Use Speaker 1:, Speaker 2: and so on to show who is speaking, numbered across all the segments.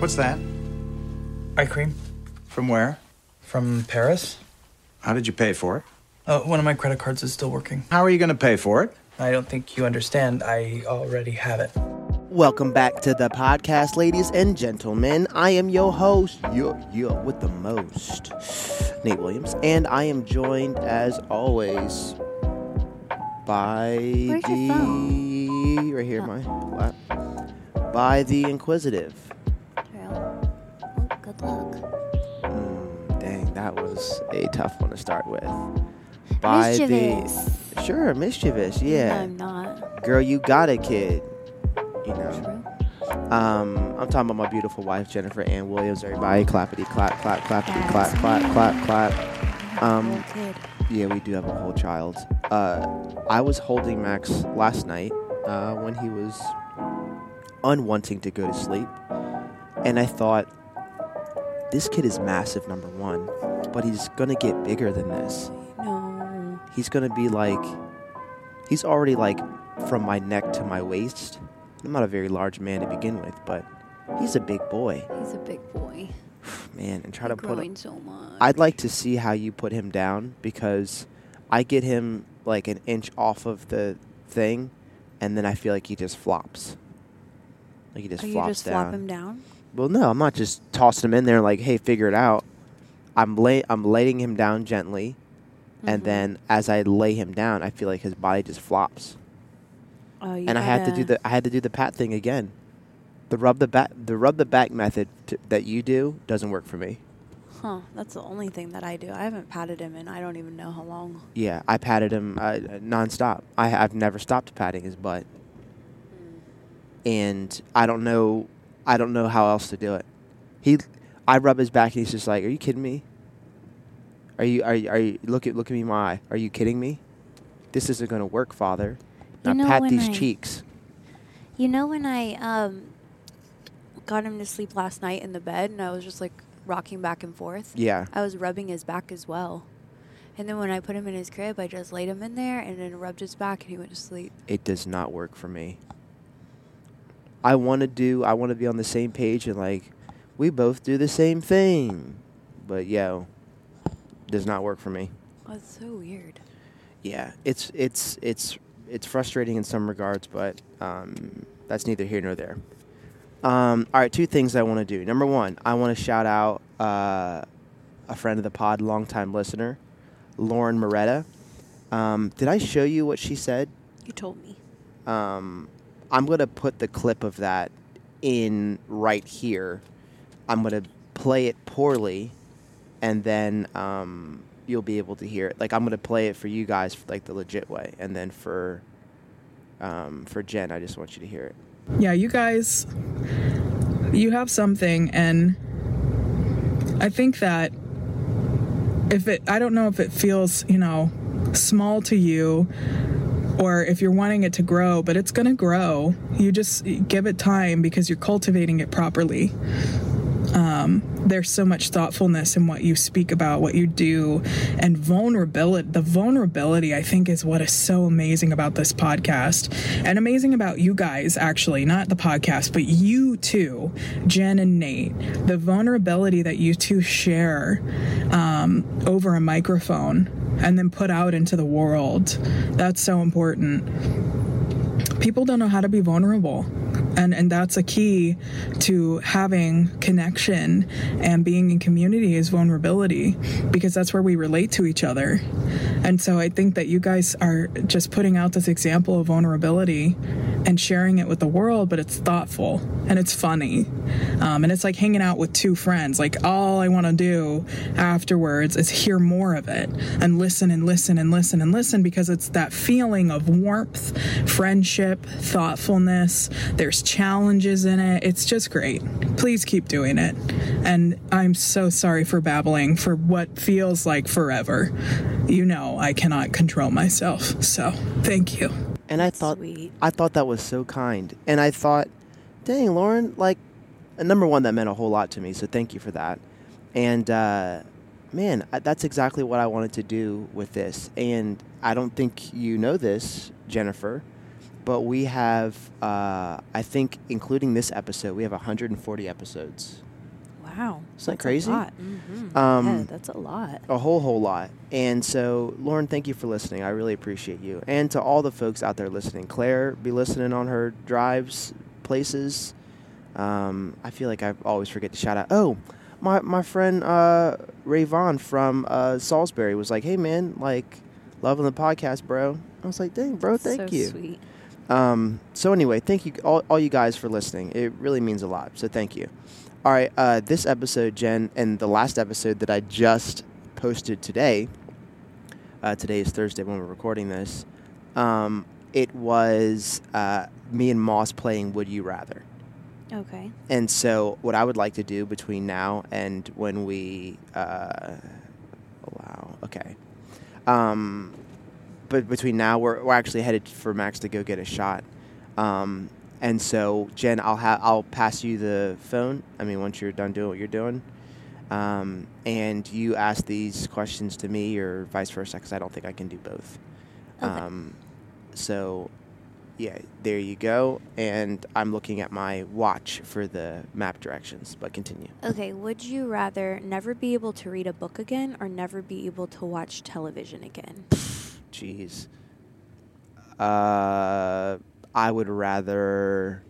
Speaker 1: What's that?
Speaker 2: Eye cream
Speaker 1: From where?
Speaker 2: from Paris.
Speaker 1: How did you pay for it?
Speaker 2: Uh, one of my credit cards is still working.
Speaker 1: How are you going to pay for it?
Speaker 2: I don't think you understand. I already have it.
Speaker 3: Welcome back to the podcast, ladies and gentlemen. I am your host, yo yo with the most, Nate Williams, and I am joined as always by
Speaker 4: Where's your Oh.
Speaker 3: the right here, my lap, by the inquisitive.
Speaker 4: Well, well, good luck.
Speaker 3: Mm, dang, that was a tough one to start with. By
Speaker 4: Mischievous.
Speaker 3: the sure mischievous, yeah,
Speaker 4: I'm not.
Speaker 3: girl, you got it, kid. You know.
Speaker 4: True.
Speaker 3: Um, I'm talking about my beautiful wife, Jennifer Ann Williams. Everybody, clappity clap, clap, clappity
Speaker 4: That's
Speaker 3: clap, clap,
Speaker 4: me.
Speaker 3: clap, clap. Um,
Speaker 4: Well, good.
Speaker 3: Yeah, we do have a whole child. Uh, I was holding Max last night uh, when he was unwanting to go to sleep, and I thought, this kid is massive, number one, but he's gonna get bigger than this.
Speaker 4: No.
Speaker 3: He's gonna be like, he's already like from my neck to my waist. I'm not a very large man to begin with, but he's a big boy.
Speaker 4: He's a big boy.
Speaker 3: man and try to
Speaker 4: He's
Speaker 3: put
Speaker 4: growing
Speaker 3: him
Speaker 4: so much.
Speaker 3: I'd like to see how you put him down because I get him like an inch off of the thing and then I feel like he just flops. Like he just
Speaker 4: Are Oh, you
Speaker 3: flops
Speaker 4: just
Speaker 3: down.
Speaker 4: flop him down?
Speaker 3: Well no, I'm not just tossing him in there like, hey, figure it out. I'm lay I'm laying him down gently and
Speaker 4: Mhm.
Speaker 3: then as I lay him down I feel like his body just flops.
Speaker 4: Oh, you
Speaker 3: and I had to do
Speaker 4: gotta-
Speaker 3: the I had to do the pat thing again. The rub the back the rub the back method t- that you do doesn't work for me.
Speaker 4: Huh? That's the only thing that I do. I haven't patted him in I don't even know how long.
Speaker 3: Yeah, I patted him uh, nonstop. I, I've never stopped patting his butt, and I don't know, I don't know how else to do it. He, I rub his back, and he's just like, "Are you kidding me? Are you, are you, are you look at, look at me in my eye? Are you kidding me? This isn't gonna work, father." Now
Speaker 4: You know
Speaker 3: pat
Speaker 4: when
Speaker 3: these
Speaker 4: I-
Speaker 3: cheeks.
Speaker 4: You know when I um got him to sleep last night in the bed and I was just like rocking back and forth.
Speaker 3: Yeah,
Speaker 4: I was rubbing his back as well. And then when I put him in his crib, I just laid him in there and then rubbed his back and he went to sleep.
Speaker 3: it does not work for me. I want to do, I want to be on the same page, and like, we both do the same thing, but yo, does not work for me.
Speaker 4: Oh, it's so weird.
Speaker 3: yeah, it's it's it's it's frustrating in some regards, but um, that's neither here nor there. Um, all right, two things I want to do. Number one, I want to shout out uh, a friend of the pod, longtime listener, Lauren Moretta. Um, did I show you what she said?
Speaker 4: You told me.
Speaker 3: Um, I'm gonna put the clip of that in right here. I'm gonna play it poorly, and then um, you'll be able to hear it. Like I'm gonna play it for you guys like the legit way, and then for um, for Jen, I just want you to hear it.
Speaker 5: yeah, you guys, you have something, and I think that if it, I don't know if it feels, you know, small to you or if you're wanting it to grow, but it's going to grow. You just give it time because you're cultivating it properly. Um, there's so much thoughtfulness in what you speak about, what you do, and vulnerability. The vulnerability, I think, is what is so amazing about this podcast and amazing about you guys, actually, not the podcast, but you two, Jen and Nate. The vulnerability that you two share um, over a microphone and then put out into the world. That's so important people don't know how to be vulnerable and and that's a key to having connection and being in community is vulnerability because that's where we relate to each other and so i think that you guys are just putting out this example of vulnerability and sharing it with the world but it's thoughtful and it's funny um, and it's like hanging out with two friends like all i want to do afterwards is hear more of it and listen and listen and listen and listen because it's that feeling of warmth friendship thoughtfulness there's challenges in it it's just great please keep doing it and i'm so sorry for babbling for what feels like forever you know i cannot control myself so thank you
Speaker 3: And I thought
Speaker 4: Sweet.
Speaker 3: I thought that was so kind, and I thought, dang, Lauren, like, uh, number one, that meant a whole lot to me. So thank you for that. And uh, man, I, that's exactly what I wanted to do with this. And I don't think you know this, Jennifer, but we have, uh, I think, including this episode, we have 140 episodes.
Speaker 4: Wow.
Speaker 3: Isn't that
Speaker 4: That's
Speaker 3: crazy?
Speaker 4: A lot. Mhm.
Speaker 3: Um,
Speaker 4: yeah, that's a lot.
Speaker 3: a whole whole lot and so lauren thank you for listening i really appreciate you and to all the folks out there listening claire be listening on her drives places um, i feel like i always forget to shout out oh my, my friend uh, ray vaughn from uh, salisbury was like hey man like loving the podcast bro i was like dang bro oh, thank
Speaker 4: so
Speaker 3: you
Speaker 4: Sweet.
Speaker 3: um, so anyway, thank you all, all you guys for listening. It really means a lot. So thank you. All right, uh, this episode, Jen, and the last episode that I just posted today. Uh, today is Thursday when we're recording this. Um, it was uh, me and Moss playing Would You Rather.
Speaker 4: Okay.
Speaker 3: And so, what I would like to do between now and when we uh, wow, okay, um, but between now we're we're actually headed for Max to go get a shot. Um, and so, Jen, I'll ha- I'll pass you the phone. I mean, once you're done doing what you're doing, um, and you ask these questions to me or vice versa, because I don't think I can do both.
Speaker 4: Okay.
Speaker 3: Um, so yeah, there you go. And I'm looking at my watch for the map directions, but continue.
Speaker 4: Okay. Would you rather never be able to read a book again or never be able to watch television again?
Speaker 3: Jeez. Uh, I would rather.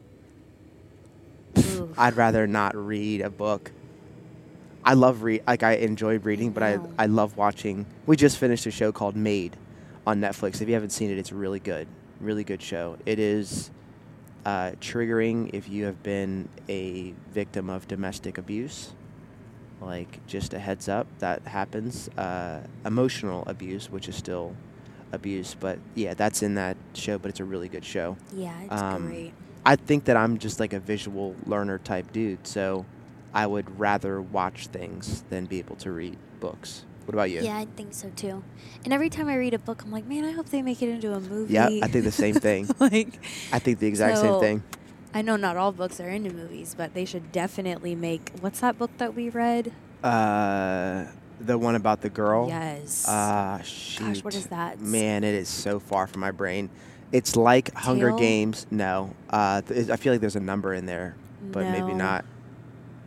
Speaker 4: Oof.
Speaker 3: I'd rather not read a book. I love read. Like I enjoy reading, but I
Speaker 4: know.
Speaker 3: I love watching. We just finished a show called Made on Netflix. If you haven't seen it, it's really good. Really good show. It is uh, triggering if you have been a victim of domestic abuse. Like just a heads up that happens. Uh, emotional abuse, which is still abuse, but yeah, that's in that show. But it's a really good show.
Speaker 4: yeah, it's
Speaker 3: um,
Speaker 4: great.
Speaker 3: I think that I'm just like a visual learner type dude, so I would rather watch things than be able to read books. What about you?
Speaker 4: Yeah, I think so too. And every time I read a book, I'm like, man, I hope they make it into a movie.
Speaker 3: Yeah, I think the same thing.
Speaker 4: like,
Speaker 3: I think the exact same
Speaker 4: So-
Speaker 3: thing.
Speaker 4: I know not all books are into movies, but they should definitely make. What's that book that we read?
Speaker 3: Uh, the one about the girl.
Speaker 4: Yes.
Speaker 3: Ah, shoot.
Speaker 4: what is that?
Speaker 3: Man, it is so far from my brain. It's like Hunger
Speaker 4: Tail?
Speaker 3: Games. No, uh, th- I feel like there's a number in there, but maybe
Speaker 4: No.
Speaker 3: not.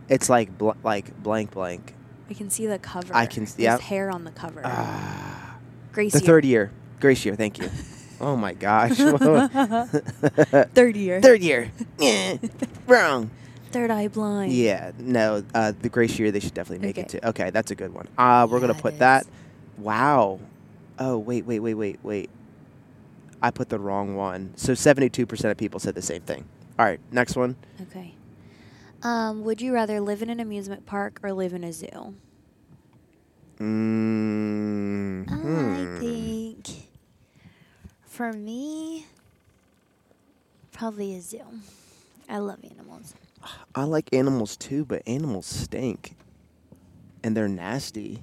Speaker 3: It's like bl- like blank blank.
Speaker 4: I can see the cover.
Speaker 3: I can s-
Speaker 4: There's
Speaker 3: yep.
Speaker 4: hair on the cover.
Speaker 3: Ah.
Speaker 4: Gracie.
Speaker 3: The third year. Grace year, thank you. oh my gosh. third
Speaker 4: Third year.
Speaker 3: year. Eh, Wrong.
Speaker 4: Third eye blind.
Speaker 3: Yeah, no, uh, the Grace year, they should definitely make it
Speaker 4: Okay.
Speaker 3: to. Okay, that's a good one. Uh, we're going
Speaker 4: Yeah,
Speaker 3: to
Speaker 4: it
Speaker 3: put
Speaker 4: is.
Speaker 3: that. Wow. Oh, wait, wait, wait, wait, wait. I put the wrong one. So 72% of people said the same thing. All right, next one.
Speaker 4: Okay. Um, would you rather live in an amusement park or live in a zoo?
Speaker 3: Mm, hmm.
Speaker 4: I think for me, probably a zoo. I love animals.
Speaker 3: I like animals too, but animals stink. And they're nasty.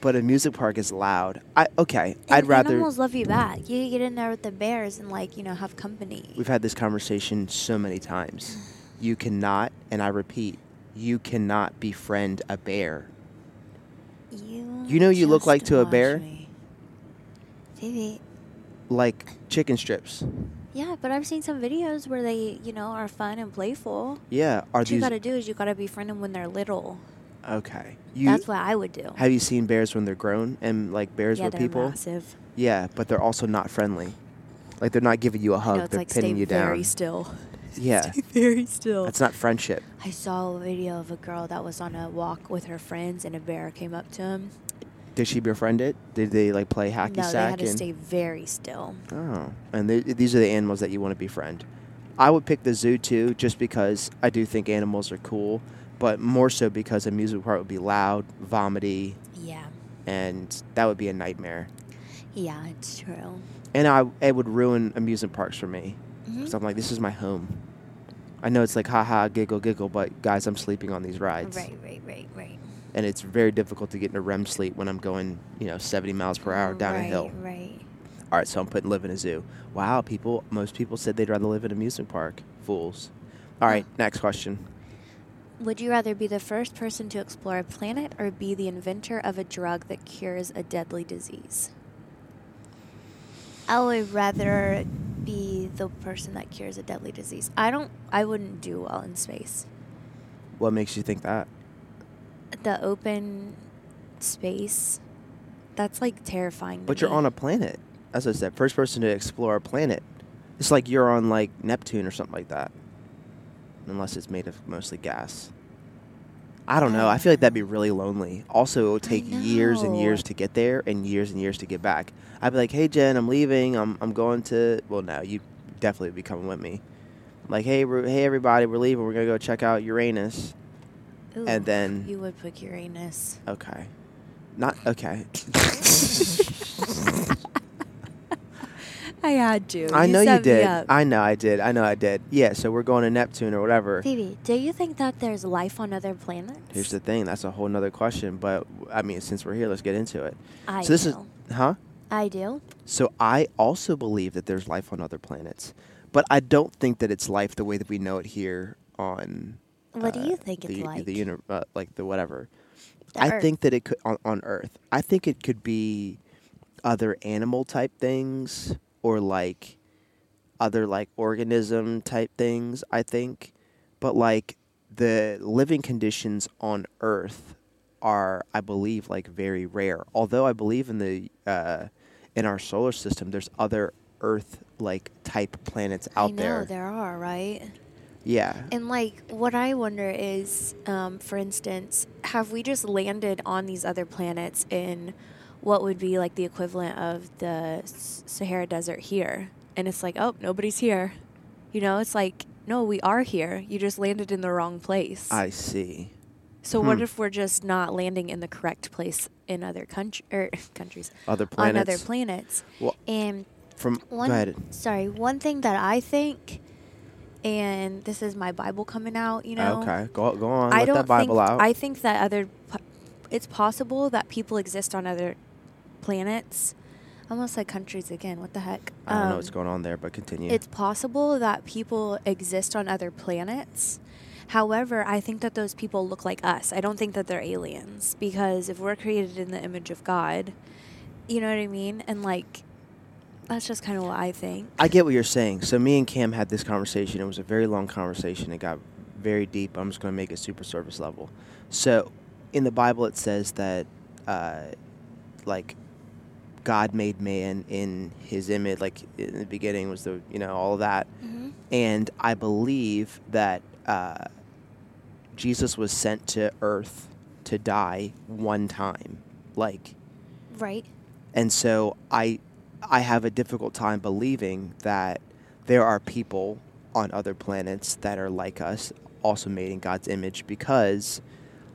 Speaker 3: But a music park is loud. I okay, I'd
Speaker 4: And
Speaker 3: rather
Speaker 4: animals love you back. You get in there with the bears and like you know have company.
Speaker 3: We've had this conversation so many times. You cannot, and I repeat, you cannot befriend a bear.
Speaker 4: You.
Speaker 3: You know you look
Speaker 4: just
Speaker 3: like to a bear?
Speaker 4: watch me. Phoebe.
Speaker 3: Like chicken strips.
Speaker 4: Yeah, but I've seen some videos where they you know are fun and playful.
Speaker 3: Yeah, are
Speaker 4: What you
Speaker 3: these
Speaker 4: gotta do is you gotta befriend them when they're little.
Speaker 3: Okay. You
Speaker 4: That's what I would do.
Speaker 3: have you seen bears when they're grown and like bears
Speaker 4: yeah,
Speaker 3: with
Speaker 4: they're
Speaker 3: people?
Speaker 4: massive.
Speaker 3: Yeah, but they're also not friendly. Like they're not giving you a hug,
Speaker 4: no, it's
Speaker 3: they're
Speaker 4: like stay
Speaker 3: pinning you down.
Speaker 4: very still.
Speaker 3: Yeah.
Speaker 4: Stay very still.
Speaker 3: That's not friendship.
Speaker 4: I saw a video of a girl that was on a walk with her friends, and a bear came up to him.
Speaker 3: Did she befriend it? Did they like play hockey
Speaker 4: no, they
Speaker 3: sack?
Speaker 4: had to
Speaker 3: and,
Speaker 4: stay very still.
Speaker 3: Oh, and th- these are the animals that you want to befriend. I would pick the zoo too, just because I do think animals are cool, but more so because a music park would be loud, vomity,
Speaker 4: Yeah,
Speaker 3: and that would be a nightmare.
Speaker 4: yeah, it's true.
Speaker 3: And I it would ruin amusement parks for me.
Speaker 4: Mhm.
Speaker 3: So I'm like, this is my home. I know it's like haha, giggle, giggle, but guys, I'm sleeping on these rides,
Speaker 4: Right, right, right, right.
Speaker 3: and it's very difficult to get into REM sleep when I'm going, you know, 70 miles per hour down
Speaker 4: right,
Speaker 3: a hill.
Speaker 4: Right.
Speaker 3: All right, so I'm putting live in a zoo. Wow, people, most people said they'd rather live in an amusement park. Fools. All right, next question.
Speaker 4: Would you rather be the first person to explore a planet or be the inventor of a drug that cures a deadly disease? I would rather be the person that cures a deadly disease. I don't. I wouldn't do well in space.
Speaker 3: What makes you think that?
Speaker 4: The open space. That's like terrifying. to
Speaker 3: But you're
Speaker 4: me.
Speaker 3: on a planet. As I said, first person to explore a planet. It's like you're on like Neptune or something like that. Unless it's made of mostly gas. I don't know. I feel like that'd be really lonely. Also, it would take years and
Speaker 4: know.
Speaker 3: years to get there and years and years to get back. I'd be like, "Hey Jen, I'm leaving. I'm I'm going to well, no, you definitely would be coming with me. Like, "Hey, we're, hey everybody, we're leaving. We're going to go check out Uranus."
Speaker 4: Ooh,
Speaker 3: and then-
Speaker 4: you would pick Uranus.
Speaker 3: Okay. Not okay.
Speaker 4: I had to.
Speaker 3: I know you
Speaker 4: set me
Speaker 3: did.
Speaker 4: up.
Speaker 3: I know I did. I know I did. Yeah, so we're going to Neptune or whatever.
Speaker 4: Phoebe, do you think that there's life on other planets?
Speaker 3: Here's the thing. That's a whole nother question. But I mean, since we're here, let's get into it.
Speaker 4: I
Speaker 3: so this
Speaker 4: know.
Speaker 3: is, huh?
Speaker 4: I do.
Speaker 3: So I also believe that there's life on other planets, but I don't think that it's life the way that we know it here on.
Speaker 4: What do
Speaker 3: uh,
Speaker 4: you think
Speaker 3: the,
Speaker 4: it's
Speaker 3: u-
Speaker 4: like?
Speaker 3: The uni- uh, like the whatever.
Speaker 4: The
Speaker 3: I
Speaker 4: Earth.
Speaker 3: think that it could on, on Earth. I think it could be other animal type things or like other like organism type things. I think, but like the living conditions on Earth are, I believe, like very rare. Although I believe in the uh, in our solar system, there's other Earth like type planets out
Speaker 4: I know
Speaker 3: there.
Speaker 4: there are right.
Speaker 3: Yeah.
Speaker 4: And like, what I wonder is, um, for instance, have we just landed on these other planets in what would be like the equivalent of the S- Sahara Desert here? And it's like, oh, nobody's here. You know, it's like, no, we are here. You just landed in the wrong place.
Speaker 3: I see.
Speaker 4: so what
Speaker 3: hmm.
Speaker 4: if we're just not landing in the correct place in other country or countries
Speaker 3: Other
Speaker 4: on other
Speaker 3: planets.
Speaker 4: planets?
Speaker 3: Well,
Speaker 4: And
Speaker 3: from
Speaker 4: one
Speaker 3: go ahead.
Speaker 4: sorry one thing that i think and this is my bible coming out you know
Speaker 3: okay, go go on.
Speaker 4: i
Speaker 3: let
Speaker 4: don't
Speaker 3: that Bible
Speaker 4: think
Speaker 3: out.
Speaker 4: i think that other p- it's possible that people exist on other planets I almost said countries again what the heck
Speaker 3: I don't know
Speaker 4: Um,
Speaker 3: what's going on there, but continue.
Speaker 4: it's possible that people exist on other planets however i think that those people look like us i don't think that they're aliens because if we're created in the image of god you know what i mean and like that's just kind of what i think
Speaker 3: I get what you're saying. So me and Cam had this conversation. It was a very long conversation. It got very deep. I'm just going to make it super surface level. So in the Bible, it says that uh, like God made man in His image. Like in the beginning was the you know all of that.
Speaker 4: Mhm.
Speaker 3: And I believe that uh, Jesus was sent to Earth to die one time. Like
Speaker 4: Right.
Speaker 3: and so I I have a difficult time believing that there are people on other planets that are like us, also made in God's image, because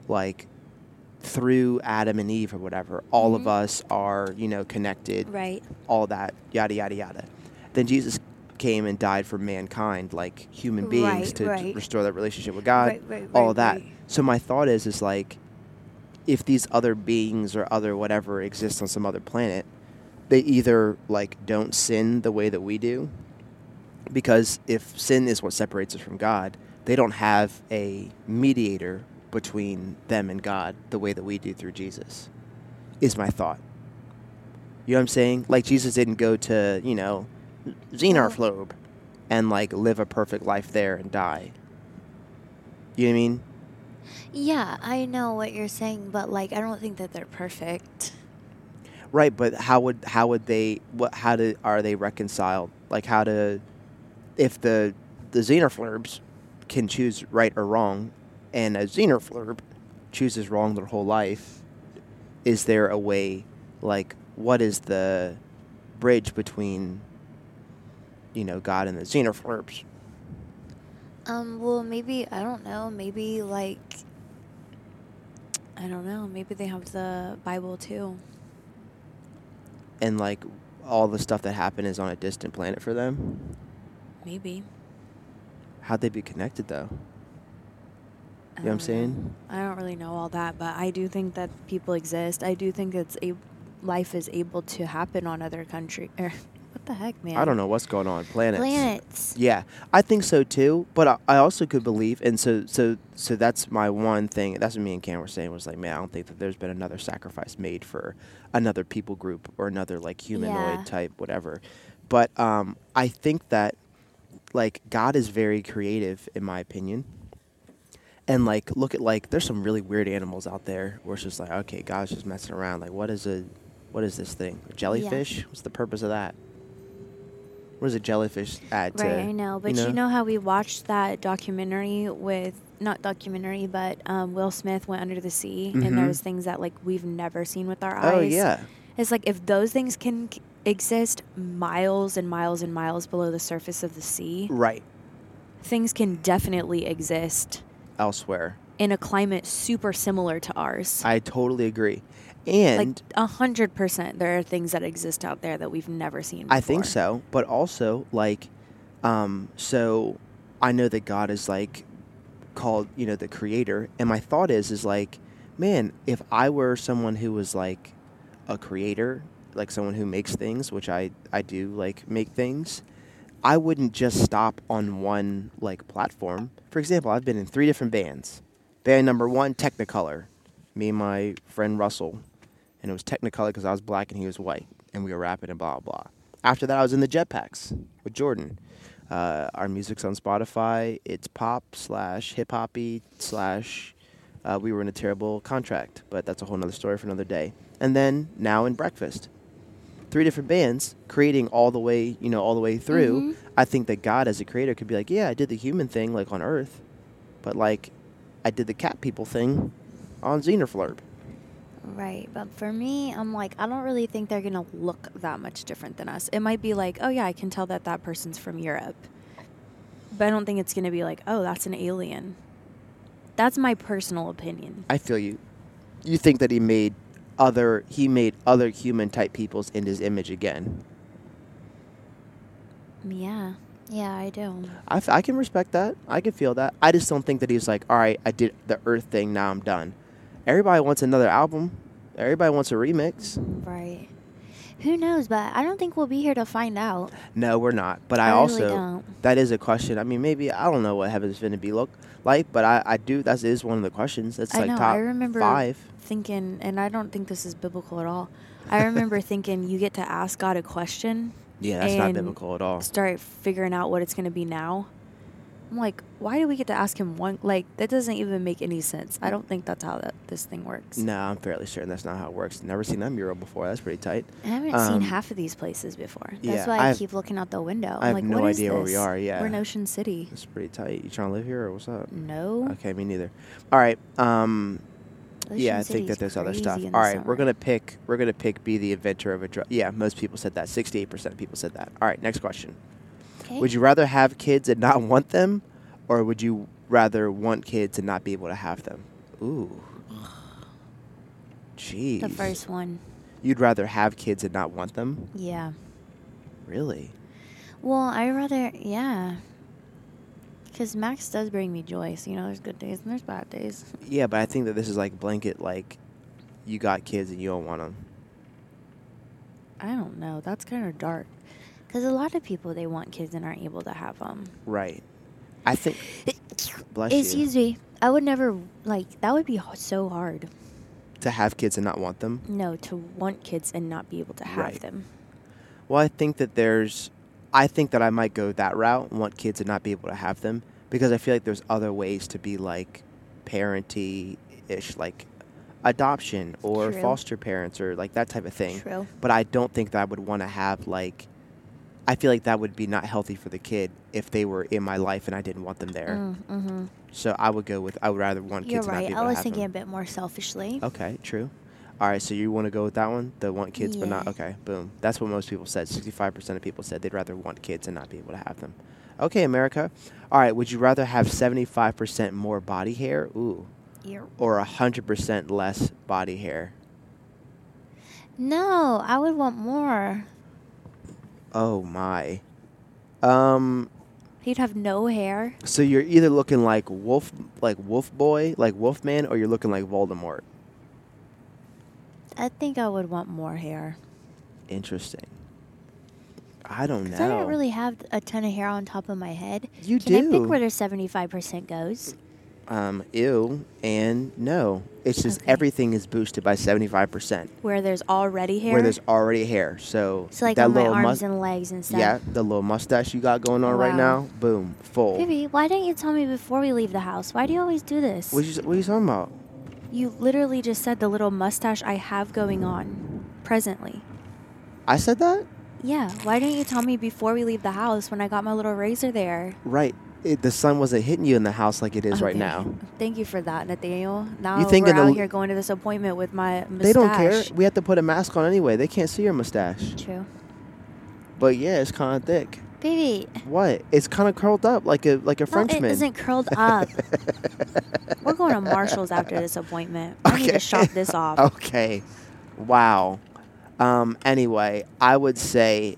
Speaker 3: like through Adam and Eve or whatever, all of
Speaker 4: Mhm.
Speaker 3: us are you know connected,
Speaker 4: Right.
Speaker 3: all that yada yada yada. Then Jesus came and died for mankind, like human beings,
Speaker 4: Right,
Speaker 3: to
Speaker 4: right.
Speaker 3: restore that relationship with God,
Speaker 4: Right, right,
Speaker 3: all
Speaker 4: right,
Speaker 3: of that.
Speaker 4: right.
Speaker 3: So my thought is, is like, if these other beings or other whatever exist on some other planet, they either like don't sin the way that we do, because if sin is what separates us from God, they don't have a mediator between them and God the way that we do through Jesus. Is my thought. You know what I'm saying? Like Jesus didn't go to you know, Xenarflobe, and like live a perfect life there and die. You know what I mean?
Speaker 4: Yeah, I know what you're saying, but like I don't think that they're perfect.
Speaker 3: Right, but how would how would they what how do are they reconciled? Like how to if the the xenoflurbs can choose right or wrong and a xenoflurb chooses wrong their whole life, is there a way like what is the bridge between you know, God and the xenoflurbs?
Speaker 4: Um well, maybe I don't know, maybe like I don't know, maybe they have the Bible too.
Speaker 3: And like all the stuff that happened is on a distant planet for them?
Speaker 4: Maybe.
Speaker 3: How'd they be connected though?
Speaker 4: I
Speaker 3: You know what I'm
Speaker 4: don't know.
Speaker 3: saying?
Speaker 4: I don't really know all that, but I do think that people exist. I do think it's a life is able to happen on other country. Er, what What the heck, man?
Speaker 3: I don't know what's going on. Planets.
Speaker 4: Planets.
Speaker 3: Yeah, I think so too. But I, I also could believe, and so so so that's my one thing. That's what me and Cam were saying was like, man, I don't think that there's been another sacrifice made for another people group or another like humanoid
Speaker 4: Yeah.
Speaker 3: type, whatever. But um, I think that like God is very creative, in my opinion. And like, look at like, there's some really weird animals out there where it's just like, okay, God's just messing around. Like, what is a, what is this thing? A jellyfish? What's the purpose of that? What does a jellyfish add to?
Speaker 4: Right, I know. But you know, how we watched that documentary with not documentary, but um, Will Smith went under the sea, and
Speaker 3: Mhm.
Speaker 4: there was things that like we've never seen with our eyes.
Speaker 3: Oh yeah,
Speaker 4: It's like if those things can c- exist miles and miles and miles below the surface of the sea,
Speaker 3: right.
Speaker 4: things can definitely exist
Speaker 3: Elsewhere,
Speaker 4: in a climate super similar to ours.
Speaker 3: I totally agree. And
Speaker 4: like a hundred percent, there are things that exist out there that we've never seen. Before.
Speaker 3: I think so, but also like, um, so I know that God is like called, you know, the creator, and my thought is is like, man, if I were someone who was like a creator, like someone who makes things, which I I do like make things, I wouldn't just stop on one like platform. For example, I've been in three different bands. Band number one, Technicolor. Me and my friend Russell, and it was Technicolor because I was black and he was white, and we were rapping and blah blah. blah. After that, I was in the Jetpacks with Jordan. Uh, our music's on Spotify. It's pop slash hip hoppy slash. Uh, we were in a terrible contract, but that's a whole nother story for another day. And then now in Breakfast, three different bands creating all the way you know all the way through i think that god as a creator could be like yeah i did the human thing like on earth but like i did the cat people thing on xenoflurb
Speaker 4: Right, but for me, I'm like, I don't really think they're gonna look that much different than us. It might be like, oh yeah, I can tell that that person's from Europe, but I don't think it's gonna be like, oh, that's an alien. That's my personal opinion.
Speaker 3: i feel you you think that he made other he made other human type peoples in his image again
Speaker 4: Yeah, yeah, I do.
Speaker 3: I, f- I can respect that i can feel that i just don't think that he's like all right i did the earth thing now i'm done everybody wants another album everybody wants a remix
Speaker 4: Right. Who knows? But I don't think we'll be here to find out.
Speaker 3: No, we're not. But I,
Speaker 4: I really
Speaker 3: also
Speaker 4: don't.
Speaker 3: that is a question. I mean, maybe I don't know what heaven's going to be look like, but I, I do. That is one of the questions. That's
Speaker 4: I
Speaker 3: like
Speaker 4: know,
Speaker 3: top
Speaker 4: I remember-
Speaker 3: five.
Speaker 4: Thinking, and I don't think this is biblical at all. I remember thinking, you get to ask God a question
Speaker 3: Yeah, that's not
Speaker 4: And
Speaker 3: biblical at all.
Speaker 4: start figuring out what it's going to be now. I'm like, why do we get to ask him one? Like, that doesn't even make any sense. I don't think that's how that this thing works.
Speaker 3: No, I'm fairly certain that's not how it works. Never seen that mural before. That's pretty tight.
Speaker 4: I haven't
Speaker 3: Um,
Speaker 4: seen half of these places before. That's
Speaker 3: yeah,
Speaker 4: why I,
Speaker 3: I've-
Speaker 4: keep looking out the window. I'm
Speaker 3: I have
Speaker 4: like,
Speaker 3: no
Speaker 4: what is
Speaker 3: idea where we
Speaker 4: this?
Speaker 3: are, yeah.
Speaker 4: we're in Ocean City.
Speaker 3: That's pretty tight. You trying to live here or what's up?
Speaker 4: No,
Speaker 3: Okay, me neither. All right. Um,
Speaker 4: Ocean
Speaker 3: yeah, I think
Speaker 4: City's
Speaker 3: that there's other stuff.
Speaker 4: crazy in the
Speaker 3: All right,
Speaker 4: summer.
Speaker 3: we're gonna pick. We're gonna pick. Be the inventor of a drug. Yeah, most people said that. Sixty-eight percent of people said that. All right, next question.
Speaker 4: Okay.
Speaker 3: Would you rather have kids and not want them, or would you rather want kids and not be able to have them? Ooh. Jeez.
Speaker 4: the first one?
Speaker 3: You'd rather have kids and not want them?
Speaker 4: Yeah.
Speaker 3: Really?
Speaker 4: Well, I rather yeah. Because Max does bring me joy. So you know, there's good days and there's bad days.
Speaker 3: Yeah, but I think that this is like blanket, like you got kids and you don't want them.
Speaker 4: I don't know. That's kind of dark. Because a lot of people they want kids and aren't able to have them.
Speaker 3: Right. I think. Bless you.
Speaker 4: Excuse me. I would never like that. Would be h- so hard.
Speaker 3: To have kids and not want them.
Speaker 4: No, to want kids and not be able to have
Speaker 3: Right.
Speaker 4: them.
Speaker 3: Well, I think that there's, I think that I might go that route and want kids to not be able to have them because I feel like there's other ways to be like parenty ish, like adoption or
Speaker 4: True.
Speaker 3: foster parents or like that type of thing.
Speaker 4: True.
Speaker 3: But I don't think that I would want to have like, I feel like that would be not healthy for the kid if they were in my life and I didn't want them there.
Speaker 4: Mm-hmm.
Speaker 3: So I would go with, I would rather want
Speaker 4: You're
Speaker 3: kids to not
Speaker 4: right.
Speaker 3: be
Speaker 4: I
Speaker 3: able to
Speaker 4: was
Speaker 3: have
Speaker 4: thinking a
Speaker 3: them. Oh.
Speaker 4: bit more selfishly.
Speaker 3: Okay, true. All right, so you want to go with that one? The want kids but not
Speaker 4: Yeah.
Speaker 3: okay. Boom. That's what most people said. Sixty-five percent of people said they'd rather want kids and not be able to have them. Okay, America. All right, would you rather have seventy-five percent more body hair? Ooh,
Speaker 4: You're-
Speaker 3: or hundred percent less body hair?
Speaker 4: No, I would want more.
Speaker 3: Oh my. Um.
Speaker 4: He'd have no hair.
Speaker 3: So you're either looking like wolf, like wolf boy, like Wolfman, or you're looking like Voldemort.
Speaker 4: I think I would want more hair.
Speaker 3: Interesting. I don't know.
Speaker 4: So I don't really have a ton of hair on top of my head.
Speaker 3: You
Speaker 4: Can I
Speaker 3: do.
Speaker 4: pick where the seventy-five percent goes?
Speaker 3: um, ew, and no. It's just
Speaker 4: Okay.
Speaker 3: everything is boosted by seventy five percent
Speaker 4: Where there's already hair.
Speaker 3: where there's already hair. So,
Speaker 4: so like
Speaker 3: that
Speaker 4: on my
Speaker 3: little
Speaker 4: arms
Speaker 3: mus-
Speaker 4: and legs and stuff.
Speaker 3: yeah, the little mustache you got going on right
Speaker 4: Wow.
Speaker 3: now, boom, full.
Speaker 4: Baby, why didn't you tell me before we leave the house? Why do you always do this?
Speaker 3: What you what you talking about?
Speaker 4: you literally just said the little mustache I have going on presently.
Speaker 3: I said that
Speaker 4: Yeah, why didn't you tell me before we leave the house when I got my little razor there?
Speaker 3: right. It, the sun wasn't hitting you in the house like it is right
Speaker 4: Okay.
Speaker 3: now.
Speaker 4: Thank you for that, Nathaniel. Now
Speaker 3: You think
Speaker 4: we're
Speaker 3: in the
Speaker 4: out
Speaker 3: l-
Speaker 4: here going to this appointment with my mustache.
Speaker 3: They don't care. We have to put a mask on anyway. They can't see your mustache.
Speaker 4: True.
Speaker 3: But yeah, it's kind of thick.
Speaker 4: Baby,
Speaker 3: What? It's kind of curled up like a like a
Speaker 4: no, it
Speaker 3: Frenchman.
Speaker 4: isn't curled up. we're going to Marshall's after this appointment. I need
Speaker 3: Okay. Oh,
Speaker 4: to shop this off.
Speaker 3: Okay. Wow. Um, anyway, I would say,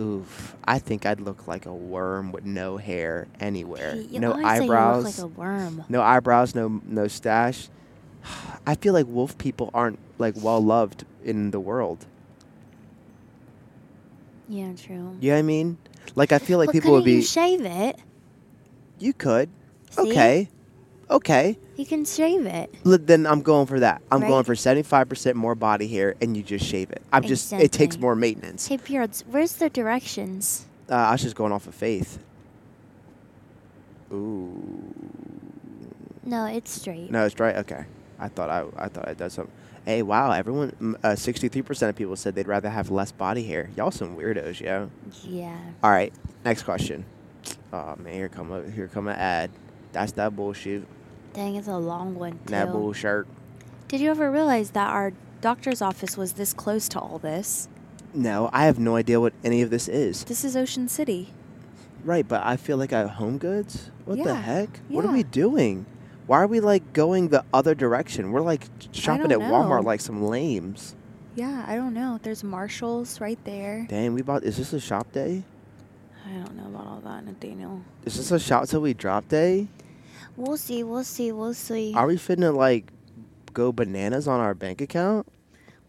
Speaker 3: oof, I think I'd look like a worm with no hair anywhere.
Speaker 4: You
Speaker 3: no
Speaker 4: always
Speaker 3: eyebrows.
Speaker 4: Say you look like a worm.
Speaker 3: no eyebrows, no no stash. I feel like wolf people aren't like well loved in the world.
Speaker 4: Yeah, true.
Speaker 3: You know what I mean? Like I feel like
Speaker 4: Well,
Speaker 3: people would
Speaker 4: couldn't
Speaker 3: be
Speaker 4: You shave it.
Speaker 3: you could.
Speaker 4: See?
Speaker 3: Okay. Okay.
Speaker 4: You can shave it.
Speaker 3: L- Then I'm going for that. I'm going
Speaker 4: Right.
Speaker 3: for 75% more body hair and you just shave it. I'm just it takes
Speaker 4: Exactly.
Speaker 3: more maintenance.
Speaker 4: Hey, Pierce, where's the directions?
Speaker 3: Uh, I was just going off of faith. Ooh,
Speaker 4: No, it's straight.
Speaker 3: no, it's right. Okay, I thought I, I thought I did something. Hey, wow! Everyone, uh, sixty-three percent of people said they'd rather have less body hair. Y'all some weirdos, yo.
Speaker 4: Yeah.
Speaker 3: All right, next question. Oh man, here come a, here come an ad. That's that bullshit.
Speaker 4: Dang, it's a long one too.
Speaker 3: That bullshirt.
Speaker 4: Did you ever realize that our doctor's office was this close to all this?
Speaker 3: No, I have no idea what any of this is.
Speaker 4: This is Ocean City.
Speaker 3: Right, but I feel like I Home Goods. What the
Speaker 4: Yeah,
Speaker 3: heck? What are
Speaker 4: yeah.
Speaker 3: we doing? Why are we like going the other direction? We're like shopping at
Speaker 4: don't
Speaker 3: Walmart
Speaker 4: know.
Speaker 3: like some lames.
Speaker 4: Yeah, I don't know. There's Marshalls right there.
Speaker 3: Dang, we bought. Is this a shop day?
Speaker 4: I don't know about all that, Nathaniel.
Speaker 3: Is this a shop till we drop day?
Speaker 4: We'll see. We'll see. We'll see.
Speaker 3: Are we finna like go bananas on our bank account?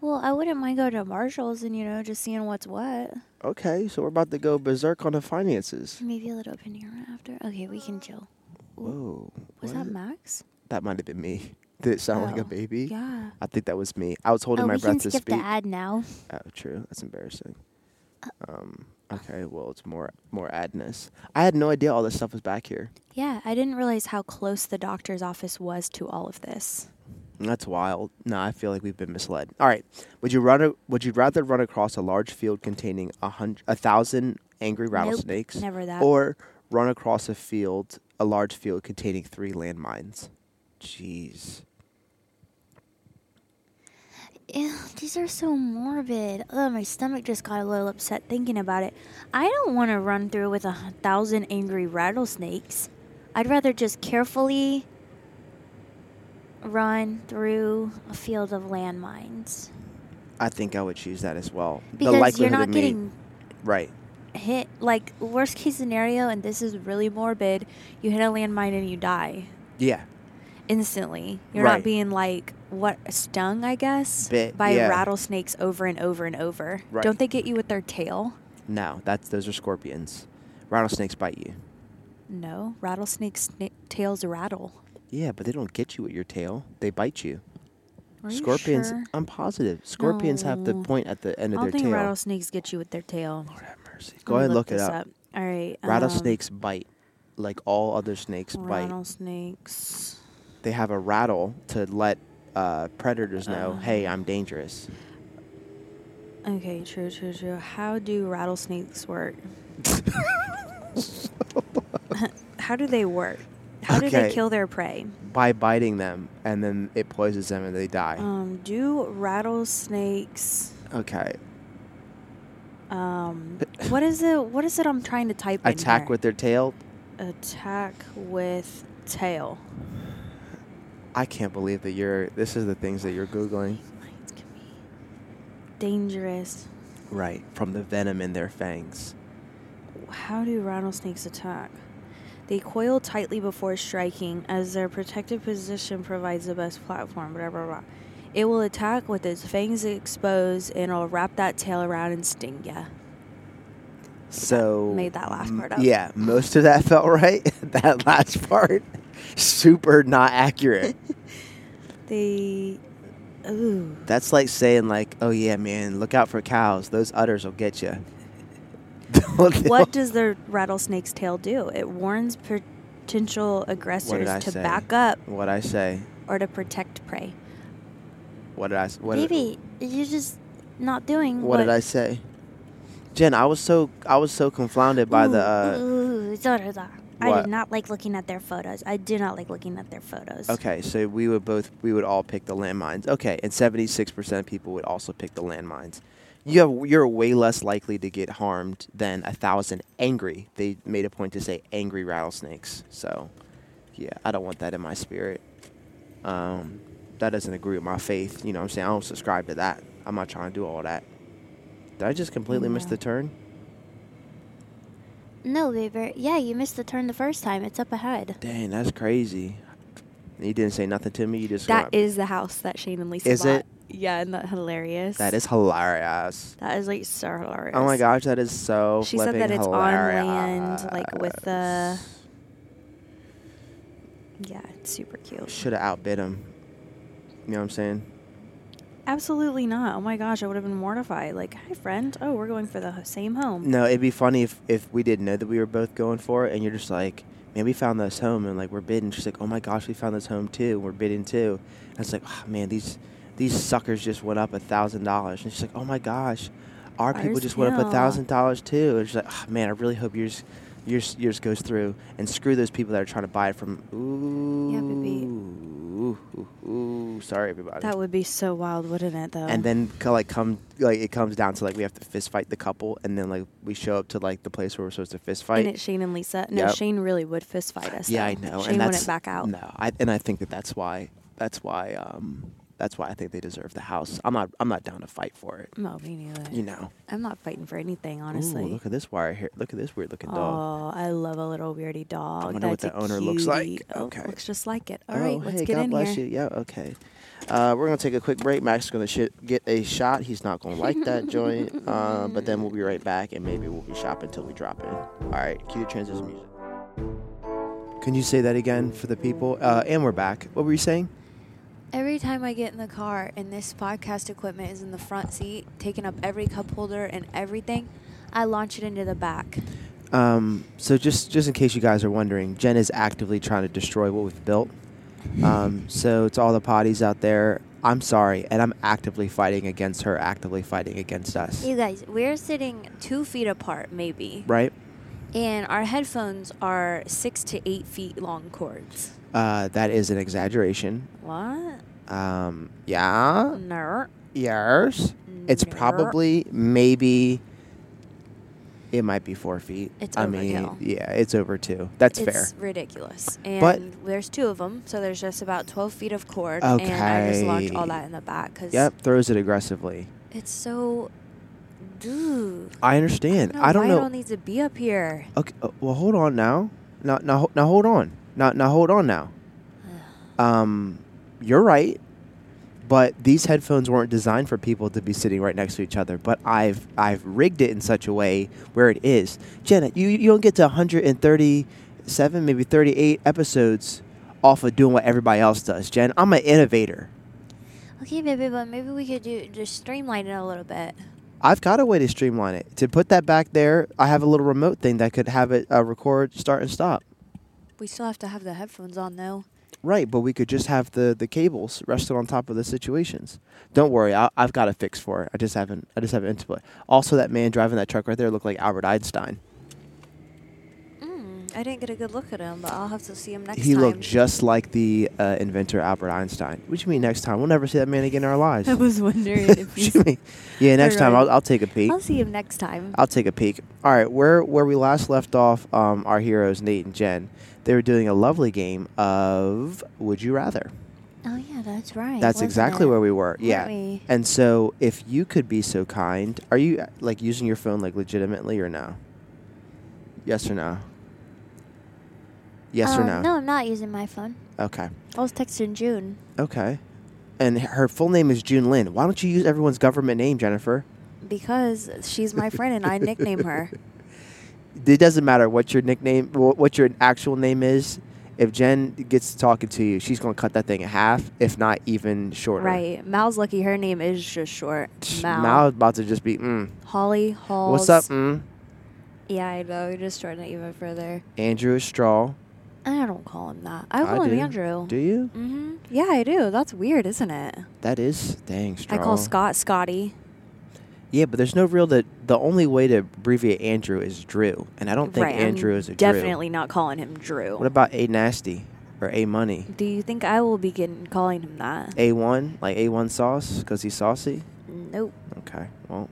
Speaker 4: well, I wouldn't mind going to Marshalls and you know just seeing what's what.
Speaker 3: Okay, so we're about to go berserk on the finances.
Speaker 4: Maybe a little Panera after. Okay, we can chill.
Speaker 3: Whoa,
Speaker 4: Was
Speaker 3: what?
Speaker 4: that Max?
Speaker 3: That might have been me. Did it sound like a
Speaker 4: Oh,
Speaker 3: baby?
Speaker 4: Yeah.
Speaker 3: I think that was me. I was holding
Speaker 4: oh,
Speaker 3: my
Speaker 4: we
Speaker 3: breath
Speaker 4: can
Speaker 3: to
Speaker 4: skip
Speaker 3: speak.
Speaker 4: the ad now.
Speaker 3: Oh, true. That's embarrassing.
Speaker 4: Uh,
Speaker 3: Um. Okay. Well, it's more more adness. I had no idea all this stuff was back here.
Speaker 4: Yeah, I didn't realize how close the doctor's office was to all of this.
Speaker 3: That's wild. No, I feel like we've been misled. All right. Would you run? A, would you rather run across a large field containing a hundred, a thousand angry rattlesnakes,
Speaker 4: never that.
Speaker 3: or run across a field, a large field containing three landmines? Jeez.
Speaker 4: Ew, these are so morbid. Oh, my stomach just got a little upset thinking about it. I don't want to run through with a h- thousand angry rattlesnakes. I'd rather just carefully run through a field of landmines
Speaker 3: I think I would choose that as well. the
Speaker 4: because
Speaker 3: likelihood
Speaker 4: you're
Speaker 3: of
Speaker 4: not
Speaker 3: me,
Speaker 4: getting
Speaker 3: right.
Speaker 4: hit. Like worst case scenario, and this is really morbid. You hit a landmine and you die.
Speaker 3: Yeah.
Speaker 4: instantly. You're
Speaker 3: Right.
Speaker 4: not being like what stung, I guess,
Speaker 3: Bit,
Speaker 4: by
Speaker 3: yeah.
Speaker 4: rattlesnakes over and over and over.
Speaker 3: Right.
Speaker 4: Don't they get you with their tail?
Speaker 3: No, that's those are scorpions. Rattlesnakes bite you.
Speaker 4: No, rattlesnakes' sna- tails rattle.
Speaker 3: Yeah, but they don't get you with your tail. They bite you.
Speaker 4: Are you
Speaker 3: Scorpions.
Speaker 4: sure?
Speaker 3: I'm positive. Scorpions have the
Speaker 4: No.
Speaker 3: point at the end
Speaker 4: I
Speaker 3: of
Speaker 4: don't
Speaker 3: their
Speaker 4: think
Speaker 3: tail.
Speaker 4: rattlesnakes get you with their tail.
Speaker 3: Lord have mercy.
Speaker 4: Let
Speaker 3: Go
Speaker 4: me
Speaker 3: ahead and look it
Speaker 4: this
Speaker 3: up.
Speaker 4: All right. um,
Speaker 3: Rattlesnakes bite, like all other snakes bite.
Speaker 4: Rattlesnakes.
Speaker 3: They have a rattle to let uh, predators know,
Speaker 4: Oh.
Speaker 3: hey, I'm dangerous.
Speaker 4: Okay, true, true, true. How do rattlesnakes work? How do they work? How do they
Speaker 3: Okay.
Speaker 4: kill their prey?
Speaker 3: By biting them, and then it poisons them and they die.
Speaker 4: Um, do rattlesnakes
Speaker 3: okay.
Speaker 4: um what is it what is it I'm trying to type in
Speaker 3: Attack
Speaker 4: here?
Speaker 3: with their tail.
Speaker 4: attack with tail.
Speaker 3: I can't believe that you're. This is the things that you're googling.
Speaker 4: Mines can be dangerous.
Speaker 3: Right from the venom in their fangs.
Speaker 4: How do rattlesnakes attack? They coil tightly before striking as their protective position provides the best platform, blah blah blah. It will attack with its fangs exposed and it'll wrap that tail around and sting ya.
Speaker 3: So
Speaker 4: made that last part up.
Speaker 3: Yeah, most of that felt right. that last part, super not accurate.
Speaker 4: They. Ooh.
Speaker 3: That's like saying like, "Oh yeah, man, look out for cows. Those udders will get you."
Speaker 4: What does the rattlesnake's tail do? It warns potential aggressors
Speaker 3: I
Speaker 4: to
Speaker 3: say?
Speaker 4: back up
Speaker 3: What I say?
Speaker 4: or to protect prey.
Speaker 3: What did I? s- What Did,
Speaker 4: Maybe you're just not doing
Speaker 3: what did I say? Jen, I was so I was so confounded by the. Uh,
Speaker 4: Ooh,
Speaker 3: I
Speaker 4: I
Speaker 3: did
Speaker 4: did not like looking at their photos. I do not like looking at their photos.
Speaker 3: Okay, so we would both we would all pick the landmines. Okay, and seventy six percent of people would also pick the landmines. You have you're way less likely to get harmed than a thousand angry. They made a point to say angry rattlesnakes. So, yeah, I don't want that in my spirit. Um, that doesn't agree with my faith. You know, what I'm saying I don't subscribe to that. I'm not trying to do all that. Did I just completely miss
Speaker 4: No.
Speaker 3: the turn?
Speaker 4: No, Weaver. Yeah, you missed the turn the first time. It's up ahead.
Speaker 3: Dang, that's crazy. You didn't say nothing to me. You just
Speaker 4: That
Speaker 3: went-
Speaker 4: is the house that Shane and Lisa
Speaker 3: Is
Speaker 4: bought.
Speaker 3: it?
Speaker 4: Yeah, isn't that hilarious?
Speaker 3: that is hilarious.
Speaker 4: That is like so hilarious.
Speaker 3: Oh my gosh, that is so.
Speaker 4: She said that
Speaker 3: flipping
Speaker 4: it's on land,
Speaker 3: hilarious.
Speaker 4: like, with the- Yeah, it's super cute.
Speaker 3: Should have outbid him. You know what I'm saying?
Speaker 4: Absolutely not. Oh my gosh, I would have been mortified. Like, hi friend. Oh, we're going for the h- same home.
Speaker 3: No, it'd be funny if if we didn't know that we were both going for it, and you're just like, man, we found this home, and like we're bidding. She's like, oh my gosh, we found this home too. We're bidding too. And it's like, oh, man, these these suckers just went up a thousand dollars. And she's like, oh my gosh, our people
Speaker 4: Ours
Speaker 3: just went up a
Speaker 4: too.
Speaker 3: thousand dollars too. And she's like, oh, man, I really hope yours. Yours, yours goes through, and screw those people that are trying to buy it from. Ooh,
Speaker 4: Yeah, baby.
Speaker 3: Ooh, ooh, ooh. sorry, everybody.
Speaker 4: That would be so wild, wouldn't it? Though.
Speaker 3: And then co- like come like it comes down to like we have to fist fight the couple, and then like we show up to like the place where we're supposed to fist fight.
Speaker 4: And it's Shane and Lisa. No,
Speaker 3: Yep.
Speaker 4: Shane really would fist fight us.
Speaker 3: yeah, I
Speaker 4: though.
Speaker 3: know.
Speaker 4: Shane
Speaker 3: and that's
Speaker 4: wouldn't back out.
Speaker 3: No, I, and I think that that's why that's why um that's why I think they deserve the house. I'm not I'm not down to fight for it.
Speaker 4: No, me neither.
Speaker 3: You know.
Speaker 4: I'm not fighting for anything, honestly.
Speaker 3: Ooh, look at this wire here. Look at this weird looking dog.
Speaker 4: Oh, I love a little weirdy dog.
Speaker 3: wonder what
Speaker 4: That's a
Speaker 3: the owner looks like.
Speaker 4: cutie. Oh,
Speaker 3: Okay.
Speaker 4: looks just like it. All right,
Speaker 3: oh,
Speaker 4: let's
Speaker 3: hey,
Speaker 4: get
Speaker 3: God
Speaker 4: in
Speaker 3: bless
Speaker 4: here.
Speaker 3: you. Yeah, okay. Uh, we're gonna take a quick break. Max is gonna sh- get a shot. He's not gonna like that joint, uh, but then we'll be right back, and maybe we'll be shopping till we drop in. All right, cue the transition music. Can you say that again for the people? Uh, and we're back. What were you saying?
Speaker 4: Every time I get in the car and this podcast equipment is in the front seat, taking up every cup holder and everything, I launch it into the back.
Speaker 3: Um, so just just in case you guys are wondering, Jen is actively trying to destroy what we've built. Um, so it's all the potties out there. I'm sorry, and I'm actively fighting against her, actively fighting against us.
Speaker 4: You guys, we're sitting two feet apart, maybe,
Speaker 3: Right?
Speaker 4: and our headphones are six to eight feet long cords.
Speaker 3: Uh, that is an exaggeration.
Speaker 4: What?
Speaker 3: Um, yeah,
Speaker 4: No.
Speaker 3: yours. It's
Speaker 4: No.
Speaker 3: probably maybe. It might be four feet.
Speaker 4: It's
Speaker 3: I mean,
Speaker 4: overkill.
Speaker 3: yeah, it's over two. That's fair.
Speaker 4: it's ridiculous. And
Speaker 3: But-
Speaker 4: there's two of them, so there's just about 12 feet of cord. And I just launch all
Speaker 3: Okay.
Speaker 4: that in the back because
Speaker 3: Yep, throws it aggressively.
Speaker 4: it's so. Dude.
Speaker 3: I understand. I don't
Speaker 4: why
Speaker 3: know.
Speaker 4: it all needs to be up here.
Speaker 3: okay, uh, well, hold on now. Now, now, ho- now, hold on. Now, now, hold on now. Um, you're right, but these headphones weren't designed for people to be sitting right next to each other. But I've I've rigged it in such a way where it is. Janet, you you don't get to 137, maybe 38 episodes off of doing what everybody else does. Jen, I'm an innovator.
Speaker 4: Okay, baby, but maybe we could do just streamline it a little bit.
Speaker 3: I've got a way to streamline it. To put that back there, I have a little remote thing that could have it uh, record, start, and stop.
Speaker 4: We still have to have the headphones on, though.
Speaker 3: Right, but we could just have the, the cables rested on top of the situations. Don't worry, I, I've got a fix for it. I just haven't. I just haven't input. Also, that man driving that truck right there looked like Albert Einstein.
Speaker 4: Mm, I didn't get a good look at him, but I'll have to see him next
Speaker 3: he
Speaker 4: time.
Speaker 3: looked just like the uh, inventor Albert Einstein. What do you mean next time? We'll never see that man again in our lives.
Speaker 4: I was wondering if
Speaker 3: What do you
Speaker 4: he's.
Speaker 3: mean? Yeah, next time
Speaker 4: right.
Speaker 3: I'll, I'll take a peek.
Speaker 4: I'll see him next time.
Speaker 3: I'll take a peek. All right, where where we last left off, um, our heroes Nate and Jen, they were doing a lovely game of Would You Rather.
Speaker 4: oh, yeah, that's right.
Speaker 3: That's exactly where we were. Yeah.
Speaker 4: we?
Speaker 3: And so, if you could be so kind, are you uh, like using your phone like legitimately or no? Yes or no? Yes or no?
Speaker 4: Uh, Um, No, I'm not using my phone.
Speaker 3: Okay.
Speaker 4: I was texting June.
Speaker 3: Okay. And h- her full name is June Lynn. Why don't you use everyone's government name, Jennifer?
Speaker 4: Because she's my friend and I nickname her.
Speaker 3: it doesn't matter what your nickname, wh- what your actual name is. If Jen gets to talking to you, she's gonna cut that thing in half, if not even shorter.
Speaker 4: Right. Mal's lucky her name is just short. Mal.
Speaker 3: Mal's about to just be, mm,
Speaker 4: Holly Halls.
Speaker 3: what's up, mm?
Speaker 4: Yeah, I know. You're just shorting it even further.
Speaker 3: Andrew Straw.
Speaker 4: I don't call him that. I call
Speaker 3: I
Speaker 4: him
Speaker 3: do.
Speaker 4: Andrew.
Speaker 3: Do you?
Speaker 4: hmm Yeah, I do. That's weird, isn't it?
Speaker 3: That is dang Straw.
Speaker 4: I call Scott Scotty.
Speaker 3: Yeah, but there's no real that the only way to abbreviate Andrew is Drew, and I don't think
Speaker 4: right. I'm
Speaker 3: Andrew is a Drew.
Speaker 4: definitely not calling him Drew.
Speaker 3: What about a nasty or a money?
Speaker 4: do you think I will begin calling him that?
Speaker 3: A one like a one sauce because he's saucy.
Speaker 4: Nope.
Speaker 3: Okay, well,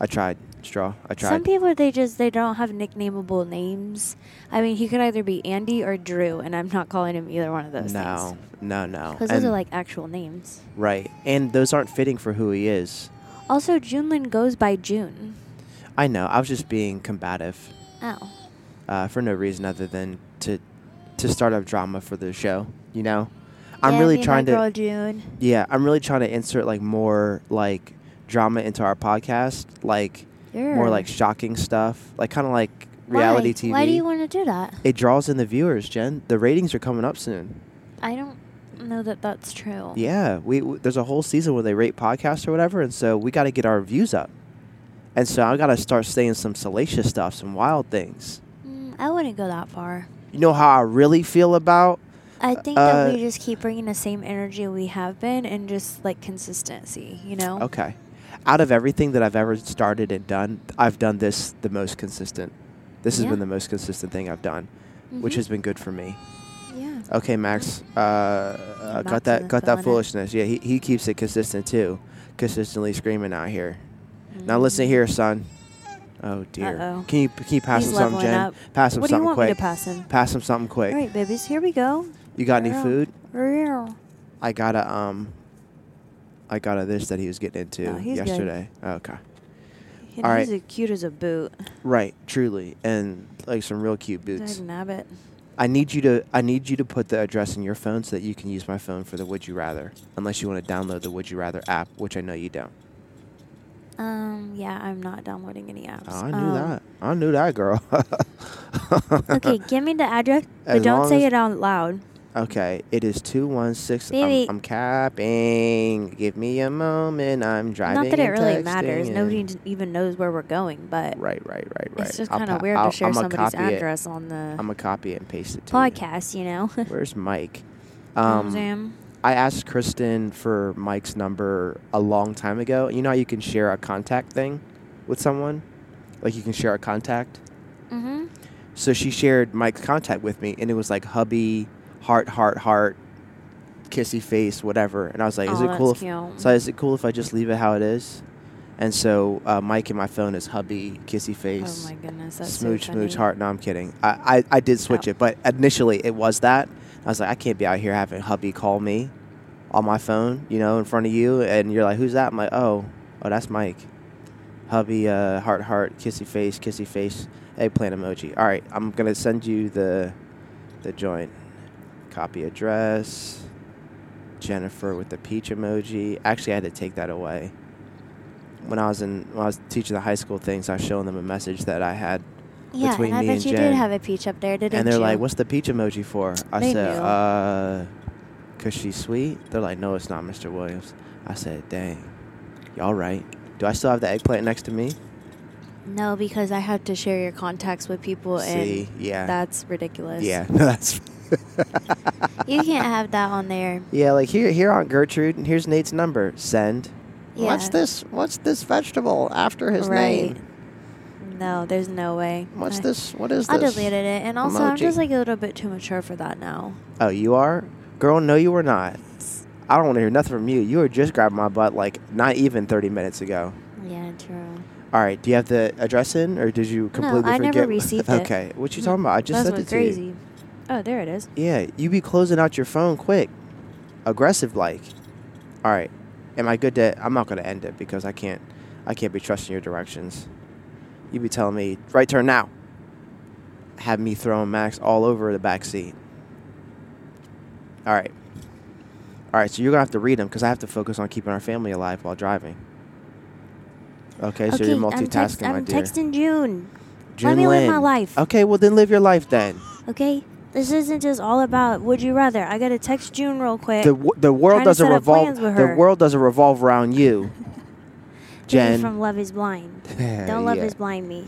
Speaker 3: I tried straw. I tried.
Speaker 4: Some people they just they don't have nicknameable names. I mean, he could either be Andy or Drew, and I'm not calling him either one of those
Speaker 3: no,
Speaker 4: things
Speaker 3: no, no.
Speaker 4: because those are
Speaker 3: And-
Speaker 4: like actual names.
Speaker 3: right, and those aren't fitting for who he is.
Speaker 4: Also, Junlin goes by June.
Speaker 3: I know. I was just being combative
Speaker 4: Oh,
Speaker 3: uh, for no reason other than to to start up drama for the show. You know, I'm
Speaker 4: Yeah,
Speaker 3: really
Speaker 4: me and my
Speaker 3: trying to.
Speaker 4: girl June.
Speaker 3: Yeah, I'm really trying to insert like more like drama into our podcast, like more
Speaker 4: Sure.
Speaker 3: like shocking stuff, like kind of like reality
Speaker 4: Why?
Speaker 3: TV.
Speaker 4: Why do you want to do that?
Speaker 3: it draws in the viewers, Jen. The ratings are coming up soon.
Speaker 4: I don't know that that's true.
Speaker 3: Yeah, we, w there's a whole season where they rate podcasts or whatever, and so we got to get our views up. And so I got to start saying some salacious stuff, some wild things.
Speaker 4: Mm, I wouldn't go that far.
Speaker 3: You know how I really feel about
Speaker 4: I think that
Speaker 3: Uh,
Speaker 4: we just keep bringing the same energy we have been and just like consistency, you know?
Speaker 3: Okay. Out of everything that I've ever started and done, I've done this the most consistent. This has
Speaker 4: Yeah.
Speaker 3: been the most consistent thing I've done, which
Speaker 4: Mhm.
Speaker 3: has been good for me.
Speaker 4: Yeah.
Speaker 3: Okay, Max, uh, uh,
Speaker 4: Max
Speaker 3: got that,
Speaker 4: isn't
Speaker 3: got that
Speaker 4: feeling it.
Speaker 3: foolishness. Yeah, he, he keeps it consistent too, consistently screaming out here. Now listen here, son. Oh dear.
Speaker 4: Mm-hmm. Uh-oh.
Speaker 3: Can you can you pass
Speaker 4: He's
Speaker 3: him something,
Speaker 4: leveling
Speaker 3: Jen?
Speaker 4: up.
Speaker 3: Pass him
Speaker 4: What do you
Speaker 3: something
Speaker 4: want me to
Speaker 3: quick.
Speaker 4: pass him?
Speaker 3: Pass him something quick.
Speaker 4: All right, babies, here we go.
Speaker 3: You got any
Speaker 4: Girl.
Speaker 3: food?
Speaker 4: Girl.
Speaker 3: I got a um. I got a this that he was getting into
Speaker 4: No, Oh, he's good.
Speaker 3: yesterday. Okay.
Speaker 4: You
Speaker 3: All
Speaker 4: know,
Speaker 3: right.
Speaker 4: He's as cute as a boot.
Speaker 3: Right, truly, and like some real cute
Speaker 4: Did
Speaker 3: boots.
Speaker 4: I nab it?
Speaker 3: I need you to I need you to put the address in your phone so that you can use my phone for the Would You Rather, unless you want to download the Would You Rather app, which I know you don't.
Speaker 4: Um, yeah, I'm not downloading any apps.
Speaker 3: Oh, I knew
Speaker 4: Um,
Speaker 3: that. I knew that, girl.
Speaker 4: okay, give me the address, but
Speaker 3: As
Speaker 4: don't
Speaker 3: long as-
Speaker 4: say it out loud.
Speaker 3: Okay, it is two one six. I'm,
Speaker 4: Baby.
Speaker 3: I'm capping. Give me a moment. I'm driving.
Speaker 4: Not that it
Speaker 3: and
Speaker 4: really
Speaker 3: texting
Speaker 4: matters.
Speaker 3: and-
Speaker 4: Nobody d- even knows where we're going, but
Speaker 3: Right, right, right, right.
Speaker 4: it's just
Speaker 3: I'll
Speaker 4: kind
Speaker 3: pa-
Speaker 4: of weird
Speaker 3: I'll-
Speaker 4: to share
Speaker 3: I'ma
Speaker 4: somebody's
Speaker 3: copy it.
Speaker 4: address on the
Speaker 3: I'm gonna copy it and paste it to you.
Speaker 4: podcast, you know?
Speaker 3: Where's Mike?
Speaker 4: You know what I'm
Speaker 3: Um,
Speaker 4: saying? Oh
Speaker 3: I asked Kristen for Mike's number a long time ago. You know how you can share a contact thing with someone? Like you can share a contact?
Speaker 4: Mhm.
Speaker 3: So she shared Mike's contact with me, and it was like hubby, heart, heart, heart, kissy face, whatever. And I was like, "Is
Speaker 4: Aw,
Speaker 3: it cool?"
Speaker 4: that's
Speaker 3: if-
Speaker 4: cute.
Speaker 3: So is it cool if I just leave it how it is? And so uh, Mike in my phone is hubby, kissy
Speaker 4: Oh
Speaker 3: face,
Speaker 4: my goodness, that's
Speaker 3: smooch,
Speaker 4: so
Speaker 3: smooch,
Speaker 4: funny.
Speaker 3: heart. No, I'm kidding. I, I, I did switch
Speaker 4: Oh.
Speaker 3: it, but initially it was that. I was like, I can't be out here having hubby call me on my phone, you know, in front of you, and you're like, "Who's that?" I'm like, "Oh, oh, that's Mike." Hubby, uh, heart, heart, kissy face, kissy face, eggplant emoji. All right, I'm gonna send you the the joint. Copy address. Jennifer with the peach emoji. Actually, I had to take that away. When I was in, when I was teaching the high school things, I was showing them a message that I had,
Speaker 4: Yeah,
Speaker 3: between
Speaker 4: and I
Speaker 3: me
Speaker 4: bet
Speaker 3: and
Speaker 4: you
Speaker 3: Jen.
Speaker 4: did have a peach up there, didn't
Speaker 3: and they're
Speaker 4: you?
Speaker 3: like, "What's the peach emoji for?" I
Speaker 4: They
Speaker 3: said,
Speaker 4: knew.
Speaker 3: "Uh, cause she's sweet." They're like, "No, it's not, Mr. Williams." I said, "Dang, y'all right." Do I still have the eggplant next to me?
Speaker 4: No, because I have to share your contacts with people,
Speaker 3: See,
Speaker 4: and
Speaker 3: yeah,
Speaker 4: that's ridiculous.
Speaker 3: yeah, that's
Speaker 4: you can't have that on there.
Speaker 3: yeah. Like here, here on Gertrude, and here's Nate's number. Send. What's
Speaker 4: Yeah.
Speaker 3: this? What's this vegetable after his
Speaker 4: right.
Speaker 3: name?
Speaker 4: No, there's no way.
Speaker 3: What's
Speaker 4: I-
Speaker 3: this? What is
Speaker 4: I
Speaker 3: this?
Speaker 4: deleted it, and also I'm
Speaker 3: emoji?
Speaker 4: just like a little bit too mature for that now.
Speaker 3: Oh, you are? Girl, no, you are not. I don't want to hear nothing from you. You were just grabbing my butt like not even 30 minutes ago.
Speaker 4: Yeah, true.
Speaker 3: All right, do you have the address in or did you completely
Speaker 4: I
Speaker 3: forget?
Speaker 4: never received it.
Speaker 3: okay, what you talking about? I just
Speaker 4: That's
Speaker 3: sent
Speaker 4: what's
Speaker 3: it to
Speaker 4: crazy.
Speaker 3: you.
Speaker 4: Oh, there it is.
Speaker 3: Yeah, you be closing out your phone quick. Aggressive like. All right. Am I good to I'm not going to end it because I can't I can't be trusting your directions. You be telling me right turn now. Have me throwing Max all over the back seat. All right. All right, so you're going to have to read them because I have to focus on keeping our family alive while driving. Okay, so
Speaker 4: okay,
Speaker 3: you're
Speaker 4: I'm,
Speaker 3: multitasking,
Speaker 4: text-
Speaker 3: my
Speaker 4: I'm
Speaker 3: dear.
Speaker 4: texting June.
Speaker 3: Jin
Speaker 6: me live
Speaker 3: Lin.
Speaker 6: my life.
Speaker 3: Okay, well then live your life then.
Speaker 6: Okay? This isn't just all about would you rather. I gotta text June real quick.
Speaker 3: The w- the world
Speaker 6: Eh, Trying to
Speaker 3: doesn't
Speaker 6: set up
Speaker 3: revolve
Speaker 6: plans with
Speaker 3: the
Speaker 6: her.
Speaker 3: world doesn't revolve around you.
Speaker 6: Maybe
Speaker 3: Jen. Uh,
Speaker 6: from Love Is Blind. Don't Love
Speaker 3: Yeah.
Speaker 6: Is Blind me.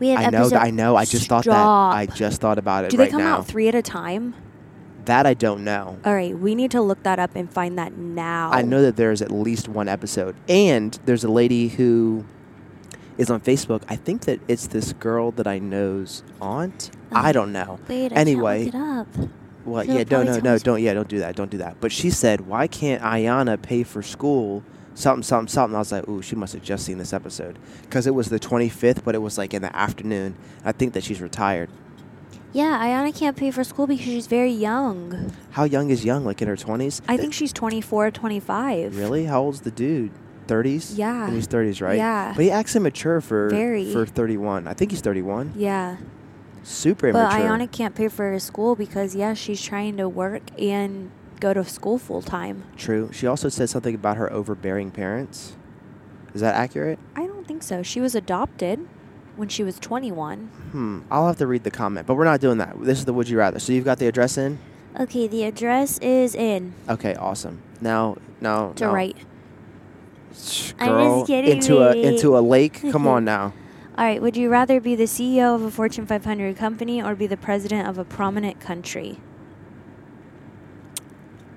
Speaker 6: We had
Speaker 3: I know
Speaker 6: episode.
Speaker 3: I know. I just thought that.
Speaker 4: Stop.
Speaker 3: I just thought about it
Speaker 4: Do
Speaker 3: right
Speaker 4: they come
Speaker 3: now.
Speaker 4: out three at a time?
Speaker 3: that I don't know.
Speaker 4: All right, we need to look that up and find that now.
Speaker 3: I know that there's at least one episode. And there's a lady who is on Facebook. I think that it's this girl that I know's aunt.
Speaker 6: Uh-huh.
Speaker 3: I don't know.
Speaker 6: Wait, I
Speaker 3: anyway,
Speaker 6: can't look it up.
Speaker 3: well,
Speaker 6: She'll
Speaker 3: yeah, no,
Speaker 6: probably
Speaker 3: no,
Speaker 6: tell
Speaker 3: no,
Speaker 6: us.
Speaker 3: don't, yeah, don't do that, don't do that. But she said, why can't Ayana pay for school? Something, something, something. I was like, ooh, she must have just seen this episode because it was the 25th, but it was like in the afternoon. I think that she's retired.
Speaker 6: Yeah, Ayana can't pay for school because she's very young.
Speaker 3: How young is young? Like in her 20s?
Speaker 4: I think she's 24, 25.
Speaker 3: Really? How old's the dude? 30s?
Speaker 4: Yeah.
Speaker 3: In his 30s, right?
Speaker 4: Yeah.
Speaker 3: But he acts immature for
Speaker 4: Very.
Speaker 3: for 31. I think he's 31.
Speaker 4: Yeah.
Speaker 3: Super
Speaker 4: But
Speaker 3: immature.
Speaker 4: Ayana can't pay for her school because, yeah, she's trying to work and go to school full time.
Speaker 3: True. She also said something about her overbearing parents. Is that accurate?
Speaker 4: I don't think so. She was adopted when she was 21.
Speaker 3: Hmm. I'll have to read the comment, but we're not doing that. This is the would you rather. So you've got the address in?
Speaker 6: Okay, the address is in.
Speaker 3: Okay, awesome. Now, now,
Speaker 4: To
Speaker 3: now.
Speaker 4: right.
Speaker 3: Shh,
Speaker 6: I'm just
Speaker 3: Girl,
Speaker 6: kidding,
Speaker 3: into a
Speaker 6: baby.
Speaker 3: into a lake. Come on now.
Speaker 6: All right, would you rather be the
Speaker 4: E
Speaker 6: CEO of a Fortune 500 company or be the president of a prominent country?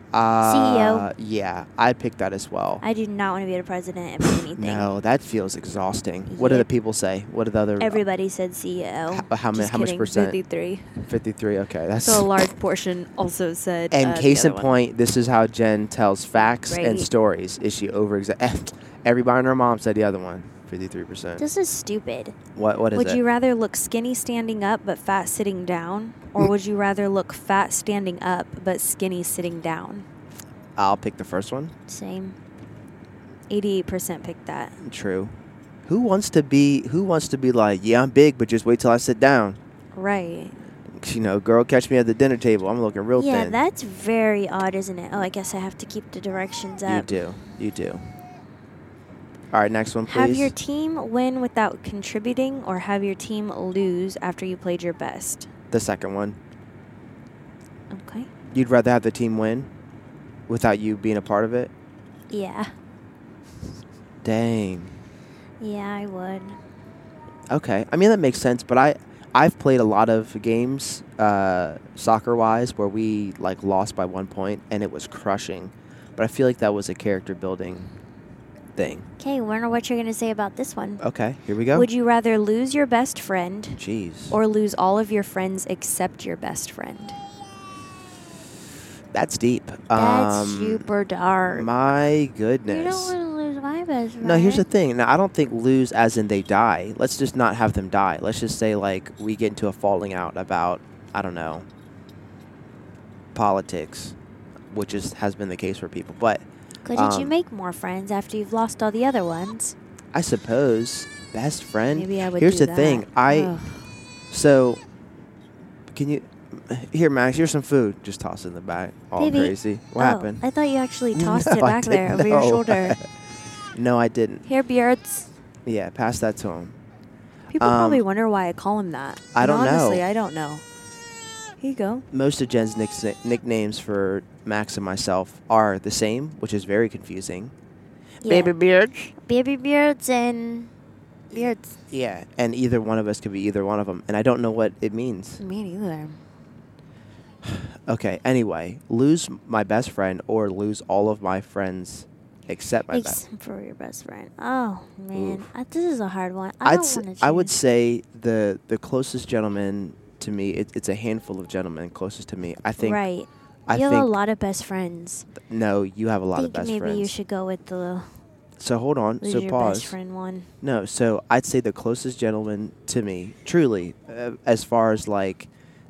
Speaker 4: E
Speaker 3: Uh, Yeah, I picked that as well.
Speaker 6: I do not want to be the president of anything.
Speaker 3: no, that feels exhausting. What do
Speaker 6: Yeah.
Speaker 3: the people say? What do the other
Speaker 6: Everybody said CEO.
Speaker 3: How, how, many,
Speaker 4: E Just
Speaker 3: how much
Speaker 4: kidding,
Speaker 3: percent?
Speaker 4: 53.
Speaker 3: 53. Okay, that's.
Speaker 4: So a large portion also said.
Speaker 3: and
Speaker 4: uh, the
Speaker 3: case in
Speaker 4: other one.
Speaker 3: point, this is how Jen tells facts and
Speaker 4: Right.
Speaker 3: stories. Is she over exa- Everybody and her mom said the other one. 53%.
Speaker 6: This is stupid.
Speaker 3: what, what is
Speaker 4: Would
Speaker 3: it?
Speaker 4: you rather look skinny standing up but fat sitting down? Or would you rather look fat standing up but skinny sitting down?
Speaker 3: I'll pick the first one.
Speaker 6: Same.
Speaker 4: 88% picked that.
Speaker 3: True. Who wants to be? Who wants to be like? Yeah, I'm big, but just wait till I sit down.
Speaker 4: Right.
Speaker 3: You know, girl, catch me at the dinner table. I'm looking real
Speaker 6: Yeah,
Speaker 3: thin.
Speaker 6: that's very odd, isn't it? Oh, I guess I have to keep the directions
Speaker 3: you
Speaker 6: up.
Speaker 3: do. You do. All right, next one, please.
Speaker 4: Have your team win without contributing or have your team lose after you played your best?
Speaker 3: the second one.
Speaker 4: Okay.
Speaker 3: You'd rather have the team win, without you being a part of it.
Speaker 6: Yeah.
Speaker 3: Dang.
Speaker 6: Yeah, I would.
Speaker 3: Okay, I mean that makes sense, but I I've played a lot of games uh, soccer wise where we like lost by one point and it was crushing, but I feel like that was a character building thing.
Speaker 6: Okay, wonder what you're going to say about this one.
Speaker 3: Okay, here we go.
Speaker 4: Would you rather lose your best friend
Speaker 3: Jeez,
Speaker 4: or lose all of your friends except your best friend?
Speaker 3: that's deep.
Speaker 6: That's
Speaker 3: Um,
Speaker 6: super dark.
Speaker 3: My
Speaker 6: you don't
Speaker 3: goodness.
Speaker 6: want to lose my best friend.
Speaker 3: No, here's the thing. Now, I don't think lose as in they die. Let's just not have them die. Let's just say like we get into a falling out about I don't know politics, which is has been the case for people, but.
Speaker 6: Couldn't you
Speaker 3: um,
Speaker 6: make more friends after you've lost all the other ones?
Speaker 3: I suppose best friend.
Speaker 4: Maybe I would
Speaker 3: Here's
Speaker 4: do
Speaker 3: the
Speaker 4: that.
Speaker 3: thing. I
Speaker 4: Ugh.
Speaker 3: so can you here, Max? Here's some food. Just toss it in the back. All
Speaker 6: Baby.
Speaker 3: crazy. What
Speaker 6: oh,
Speaker 3: happened?
Speaker 6: I thought you actually tossed
Speaker 3: No,
Speaker 6: it
Speaker 3: I
Speaker 6: back there
Speaker 3: didn't
Speaker 6: over your
Speaker 3: know.
Speaker 6: shoulder.
Speaker 3: no, I didn't.
Speaker 6: Here, Bjertz.
Speaker 3: Yeah, pass that to him.
Speaker 4: People
Speaker 3: Um,
Speaker 4: probably wonder why I call him that.
Speaker 3: I
Speaker 4: And
Speaker 3: don't know.
Speaker 4: honestly, I don't know. Here you go.
Speaker 3: Most of Jen's nick- nicknames for Max and myself are the same, which is very confusing.
Speaker 6: Yeah.
Speaker 3: Baby beard.
Speaker 6: Baby Bjertz and Bjertz.
Speaker 3: Yeah, and either one of us could be either one of them, and I don't know what it means.
Speaker 4: Me neither.
Speaker 3: Okay. Anyway, lose my best friend or lose all of my friends except my best.
Speaker 6: Except for your best friend. Oh man,
Speaker 3: Oof.
Speaker 6: I, this is a hard one. I
Speaker 3: I'd
Speaker 6: don't
Speaker 3: s-
Speaker 6: want to.
Speaker 3: I would say the the closest gentleman to me. It, it's a handful of gentlemen closest to me. I think.
Speaker 6: right.
Speaker 3: I
Speaker 6: you have
Speaker 3: think
Speaker 6: a lot of best friends.
Speaker 3: no, you have a lot
Speaker 6: I
Speaker 3: of
Speaker 6: think
Speaker 3: best
Speaker 6: maybe
Speaker 3: friends.
Speaker 6: you should go with the
Speaker 3: so hold on.
Speaker 6: lose
Speaker 3: so
Speaker 6: your
Speaker 3: pause.
Speaker 6: best friend one.
Speaker 3: No, so I'd say the closest gentleman to me, truly, uh, as far as like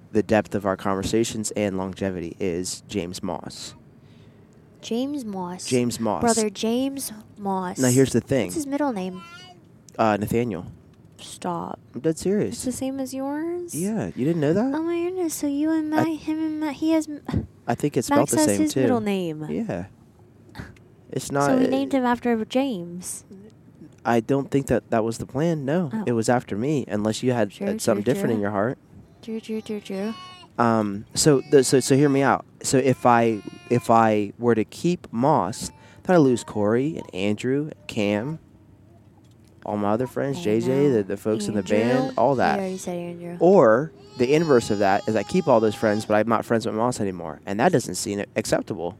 Speaker 3: the depth of our conversations and longevity, is James Moss.
Speaker 6: James Moss.
Speaker 3: James Moss.
Speaker 6: Brother James Moss.
Speaker 3: Now here's the thing,
Speaker 6: What's his middle name?
Speaker 3: uh, Nathaniel.
Speaker 4: Stop.
Speaker 3: I'm dead
Speaker 4: It's
Speaker 3: serious.
Speaker 4: the same as yours?
Speaker 3: Yeah, you didn't know that?
Speaker 6: Oh my goodness! So you and my,
Speaker 3: I-
Speaker 6: him and my, he has. m-
Speaker 3: I think it's spelled
Speaker 4: Max
Speaker 3: the
Speaker 4: has
Speaker 3: same
Speaker 4: his
Speaker 3: too.
Speaker 4: middle name.
Speaker 3: Yeah, it's not. uh,
Speaker 6: so we named him after James.
Speaker 3: I don't think that that was the plan. No,
Speaker 4: Oh.
Speaker 3: it was after me, unless you had,
Speaker 4: Sure,
Speaker 3: had something
Speaker 4: sure,
Speaker 3: different in
Speaker 4: sure.
Speaker 3: your heart.
Speaker 7: Drew, Drew, Drew, Drew.
Speaker 3: Um, so, th- so, so hear me out. So, if I if I were to keep Moss, then I lose Corey and Andrew, and Cam, all my other friends, JJ, the, the folks in the band, all that.
Speaker 7: You already said
Speaker 4: Oh.
Speaker 7: Andrew.
Speaker 3: Or the inverse of that is I keep all those friends, but I'm not friends with Moss anymore, and that doesn't seem acceptable.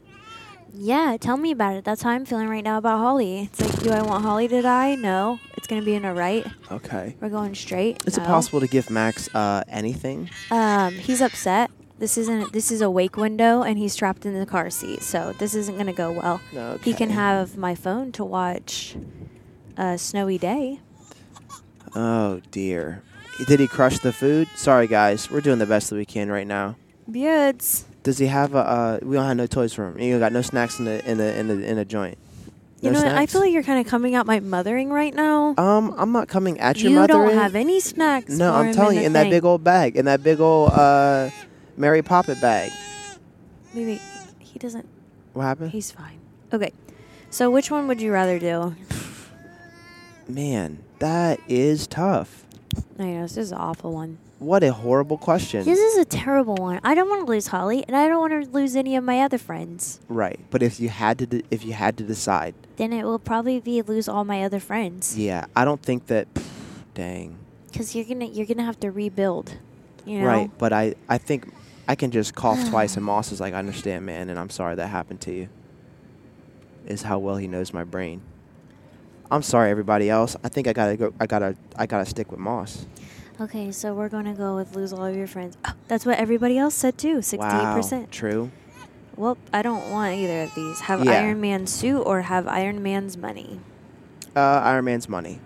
Speaker 4: Yeah, tell me about it. That's how I'm feeling right now about Holly. It's like, do I want Holly to die? No. It's gonna be in a right.
Speaker 3: Okay.
Speaker 4: We're going straight.
Speaker 3: Is
Speaker 4: No.
Speaker 3: it possible to give Max uh, anything?
Speaker 4: Um, he's upset. This isn't. This is a wake window, and he's trapped in the car seat. So this isn't gonna go well. He can
Speaker 3: Okay.
Speaker 4: have my phone to watch a snowy day.
Speaker 3: Oh dear. Did he crush the food? Sorry guys, we're doing the best that we can right now.
Speaker 4: Buds.
Speaker 3: Does he have a? Uh, we don't have no toys for him. You got no snacks in the in the in the in a joint.
Speaker 4: You
Speaker 3: No
Speaker 4: know, I
Speaker 3: snacks?
Speaker 4: feel like you're kind of coming out my mothering right now.
Speaker 3: Um, I'm not coming at your
Speaker 4: you
Speaker 3: mother.
Speaker 4: don't have any snacks.
Speaker 3: No,
Speaker 4: for him
Speaker 3: I'm telling you,
Speaker 4: the
Speaker 3: in that
Speaker 4: thing.
Speaker 3: big old bag, in that big old uh, Mary Poppet bag.
Speaker 4: Maybe he doesn't.
Speaker 3: What happened?
Speaker 4: He's fine. Okay. So which one would you rather do?
Speaker 3: Man, that is tough.
Speaker 4: I know this is an awful one.
Speaker 3: What a horrible question.
Speaker 4: This is a terrible one. I don't want to lose Holly, and I don't want to lose any of my other friends.
Speaker 3: right, but if you had to, de- if you had to decide,
Speaker 4: Then it will probably be lose all my other friends.
Speaker 3: yeah, I don't think that. dang.
Speaker 4: Cause you're gonna you're gonna have to rebuild. You know.
Speaker 3: Right, but I, I think I can just cough twice and Moss is like, I understand, man, and I'm sorry that happened to you. Is how well he knows my brain. I'm sorry, everybody else. I think I gotta go. I gotta. I gotta stick with Moss.
Speaker 4: Okay, so we're gonna go with lose all of your friends. Oh, that's what everybody else said too. Sixty-eight
Speaker 3: Wow.
Speaker 4: percent.
Speaker 3: True.
Speaker 4: Well, I don't want either of these. Have
Speaker 3: Yeah.
Speaker 4: Iron Man suit or have Iron Man's money.
Speaker 3: Uh, Iron Man's money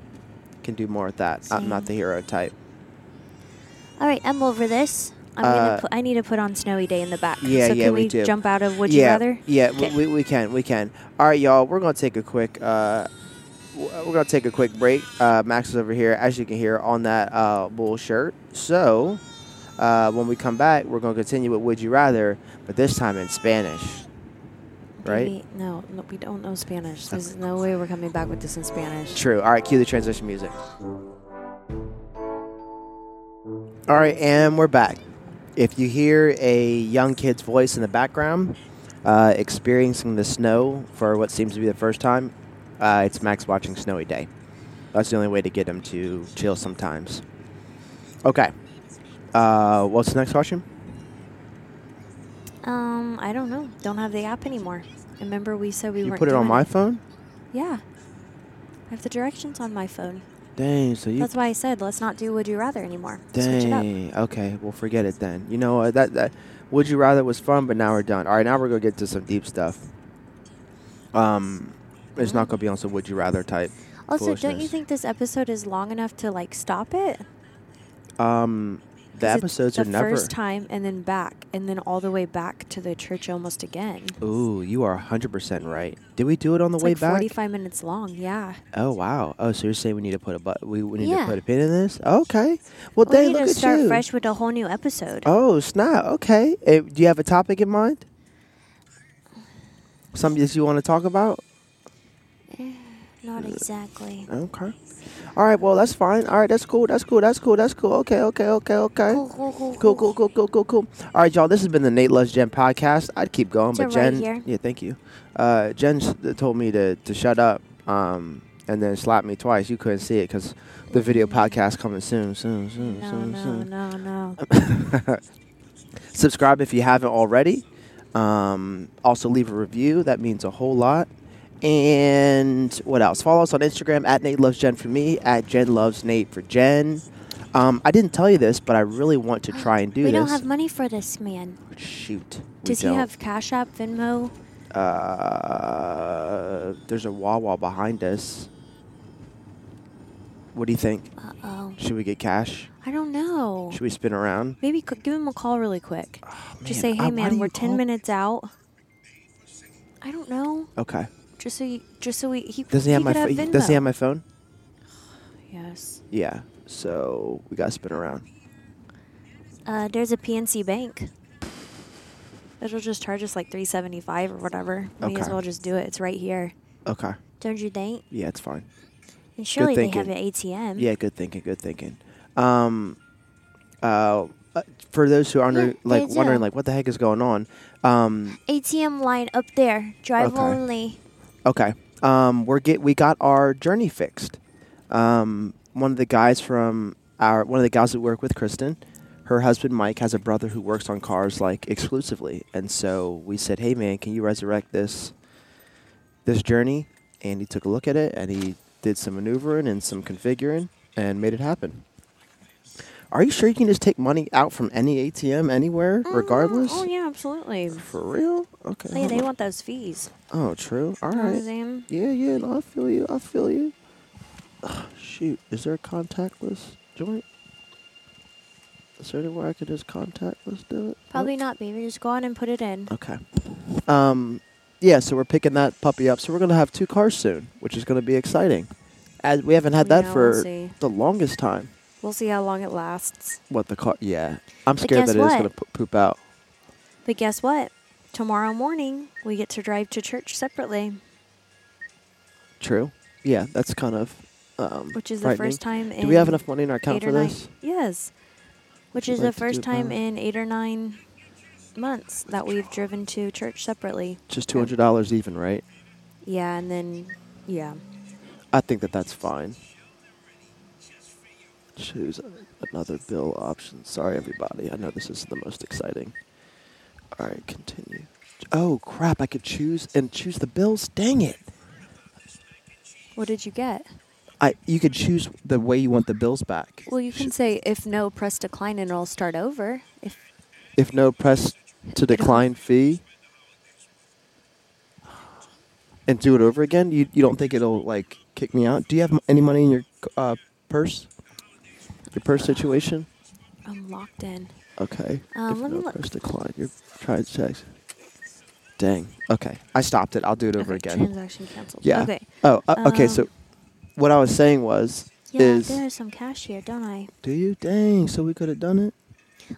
Speaker 3: can do more with that. I'm not
Speaker 4: Same.
Speaker 3: the hero type.
Speaker 4: All right, I'm over this. I'm
Speaker 3: Uh,
Speaker 4: gonna put, I need to put on Snowy Day in the back.
Speaker 3: Yeah,
Speaker 4: so
Speaker 3: yeah,
Speaker 4: can
Speaker 3: we
Speaker 4: we,
Speaker 3: do.
Speaker 4: jump out of Would
Speaker 3: yeah,
Speaker 4: You Rather?
Speaker 3: Yeah,
Speaker 4: 'Kay.
Speaker 3: we, we, we can, we can. All right, y'all, we're gonna take a quick, uh, w- we're gonna take a quick break. Uh, Max is over here, as you can hear, on that uh, bull shirt. So, uh, when we come back, we're gonna continue with Would You Rather, but this time in Spanish, right?
Speaker 4: Maybe- no, no, we don't know Spanish. There's no way we're coming back with this in Spanish.
Speaker 3: True. All right, cue the transition music. All right, and we're back. If you hear a young kid's voice in the background, uh, experiencing the snow for what seems to be the first time, uh, it's Max watching Snowy Day. That's the only way to get him to chill sometimes. Okay. Uh, what's the next question?
Speaker 4: Um, I don't know. Don't have the app anymore. Remember, we said we
Speaker 3: you
Speaker 4: weren't.
Speaker 3: put it on
Speaker 4: doing
Speaker 3: my phone?
Speaker 4: Yeah, I have the directions on my phone.
Speaker 3: Dang, so you
Speaker 4: That's why I said let's not do Would You Rather anymore. Switch it up.
Speaker 3: Dang. Okay. Well, forget it then. You know what? That that would you rather was fun, but now we're done. All right. Now we're gonna get to some deep stuff. Um, it's not gonna be on some would you rather type.
Speaker 4: Also, don't you
Speaker 3: foolishness.
Speaker 4: think this episode is long enough to like stop it?
Speaker 3: Um, the
Speaker 4: 'Cause it's
Speaker 3: episodes are
Speaker 4: the
Speaker 3: never.
Speaker 4: first time and then back and then all the way back to the church almost again.
Speaker 3: Ooh, you are hundred percent right. Did we do it on the
Speaker 4: It's
Speaker 3: way
Speaker 4: like
Speaker 3: back?
Speaker 4: 45 minutes long. Yeah.
Speaker 3: Oh wow. Oh, so you're saying we need to put a but we, we need
Speaker 4: Yeah.
Speaker 3: to put a pin in this? Okay. Well,
Speaker 4: we
Speaker 3: dang,
Speaker 4: need
Speaker 3: look
Speaker 4: to
Speaker 3: at
Speaker 4: start
Speaker 3: you.
Speaker 4: fresh with a whole new episode.
Speaker 3: Oh snap! Okay. Eh, do you have a topic in mind? Something that you want to talk about?
Speaker 4: Not exactly.
Speaker 3: Okay. All right. Well, that's fine. All right. That's cool. That's cool. That's cool. That's cool. Okay. Okay. Okay. Okay.
Speaker 4: Cool, cool, cool,
Speaker 3: Cool. Cool.
Speaker 4: cool.
Speaker 3: Cool. Cool. Cool. cool. All right, y'all. This has been the Nate Loves Jen podcast. I'd keep going,
Speaker 4: It's
Speaker 3: but
Speaker 4: right
Speaker 3: Jen.
Speaker 4: here.
Speaker 3: Yeah. Thank you. Uh, Jen s- told me to to shut up. Um, and then slapped me twice. You couldn't see it because the video podcast coming soon. Soon. Soon.
Speaker 4: No,
Speaker 3: soon.
Speaker 4: no,
Speaker 3: soon
Speaker 4: no, no.
Speaker 3: subscribe if you haven't already. Um, also, leave a review. That means a whole lot. And what else? Follow us on Instagram at Nate Loves Jen for me, at Jen Loves Nate for Jen. Um, I didn't tell you this, but I really want to try and do
Speaker 4: we
Speaker 3: this.
Speaker 4: don't have money for this man.
Speaker 3: Shoot. we
Speaker 4: Does he
Speaker 3: don't.
Speaker 4: have Cash App, Venmo?
Speaker 3: Uh, there's a Wawa behind us. What do you think?
Speaker 4: Uh oh.
Speaker 3: Should we get cash?
Speaker 4: I don't know.
Speaker 3: Should we spin around?
Speaker 4: Maybe c- give him a call really quick. Just
Speaker 3: Ah, man,
Speaker 4: say,
Speaker 3: I-
Speaker 4: hey
Speaker 3: why do
Speaker 4: man, we're
Speaker 3: you
Speaker 4: 10
Speaker 3: call-
Speaker 4: minutes out. I don't know.
Speaker 3: Okay.
Speaker 4: Just so you, just so we, he
Speaker 3: Doesn't he have my phone?
Speaker 4: could Venmo.
Speaker 3: Doesn't he have my phone?
Speaker 4: Yes.
Speaker 3: Yeah. So we gotta spin around.
Speaker 4: Uh, there's a PNC Bank. It'll just charge us like three seventy five or whatever. May as
Speaker 3: Okay.
Speaker 4: well just do it. It's right here.
Speaker 3: Okay.
Speaker 4: Don't you think?
Speaker 3: Yeah, it's fine.
Speaker 6: And surely they
Speaker 3: thinking.
Speaker 6: have an ATM.
Speaker 3: Yeah, good thinking. Good thinking. Um, uh, uh, for those who aren't
Speaker 6: Yeah,
Speaker 3: like
Speaker 6: they
Speaker 3: wondering,
Speaker 6: do.
Speaker 3: like what the heck is going on? Um,
Speaker 6: ATM line up there. Drive
Speaker 3: Okay.
Speaker 6: only.
Speaker 3: okay. Um, we're get we got our journey fixed. Um, one of the guys from our one of the guys that work with Kristen, her husband Mike has a brother who works on cars like exclusively, and so we said, hey man, can you resurrect this this journey? And he took a look at it and he did some maneuvering and some configuring and made it happen. Are you sure you can just take money out from any ATM anywhere, regardless?
Speaker 6: Oh yeah, absolutely.
Speaker 3: For real? Okay.
Speaker 6: Yeah,
Speaker 3: hold
Speaker 6: they
Speaker 3: on.
Speaker 6: want those fees.
Speaker 3: Oh, true. All
Speaker 6: You know what I'm
Speaker 3: right.
Speaker 6: saying?
Speaker 3: Yeah, yeah. No, I feel you. I feel you. Ah, shoot, is there a contactless joint? Is there anywhere I could just contactless do it?
Speaker 6: Probably not, baby. Just go on and put it in.
Speaker 3: Nope. Okay. Um, yeah. So we're picking that puppy up. So we're gonna have two cars soon, which is gonna be exciting. As we haven't had
Speaker 6: Yeah,
Speaker 3: that
Speaker 6: we'll
Speaker 3: for
Speaker 6: see.
Speaker 3: the longest time.
Speaker 6: We'll see how long it lasts.
Speaker 3: What the car? Yeah, I'm
Speaker 6: But
Speaker 3: scared
Speaker 6: guess
Speaker 3: that it is
Speaker 6: what?
Speaker 3: gonna po- poop out.
Speaker 6: But guess what? Tomorrow morning we get to drive to church separately,
Speaker 3: True. Yeah, that's kind of. Um,
Speaker 6: which is the
Speaker 3: frightening.
Speaker 6: first time in
Speaker 3: Do we have enough money in our account
Speaker 6: eight
Speaker 3: for
Speaker 6: or nine.
Speaker 3: this?
Speaker 6: Yes, which
Speaker 3: Would
Speaker 6: is
Speaker 3: like
Speaker 6: the
Speaker 3: to do
Speaker 6: first
Speaker 3: it
Speaker 6: time
Speaker 3: now.
Speaker 6: in eight or nine months that we've driven to church separately.
Speaker 3: Just two hundred dollars even, right?
Speaker 6: Yeah, and then yeah,
Speaker 3: I think that that's fine. Choose another bill option. Sorry, everybody. I know this is the most exciting. All right, continue. Oh crap! I could choose and choose the bills. Dang it!
Speaker 6: what did you get?
Speaker 3: I you could choose the way you want the bills back.
Speaker 6: Well, you can say if no, press decline, and it'll start over. If
Speaker 3: If no, press to decline fee. And do it over again. You you don't think it'll like kick me out? Do you have m- any money in your uh, purse? Your purse situation?
Speaker 6: I'm locked in.
Speaker 3: Okay.
Speaker 6: Um,
Speaker 3: if
Speaker 6: let me
Speaker 3: no
Speaker 6: look.
Speaker 3: press decline, your tried checks. Dang. Okay. I stopped it. I'll do it over
Speaker 6: Okay,
Speaker 3: again.
Speaker 6: Transaction canceled.
Speaker 3: Yeah.
Speaker 6: Okay.
Speaker 3: Oh. Uh, okay.
Speaker 6: Um,
Speaker 3: So, what I was saying was,
Speaker 6: Yeah,
Speaker 3: is
Speaker 6: I do have some cash here, don't I?
Speaker 3: do you? Dang. So we could have done it.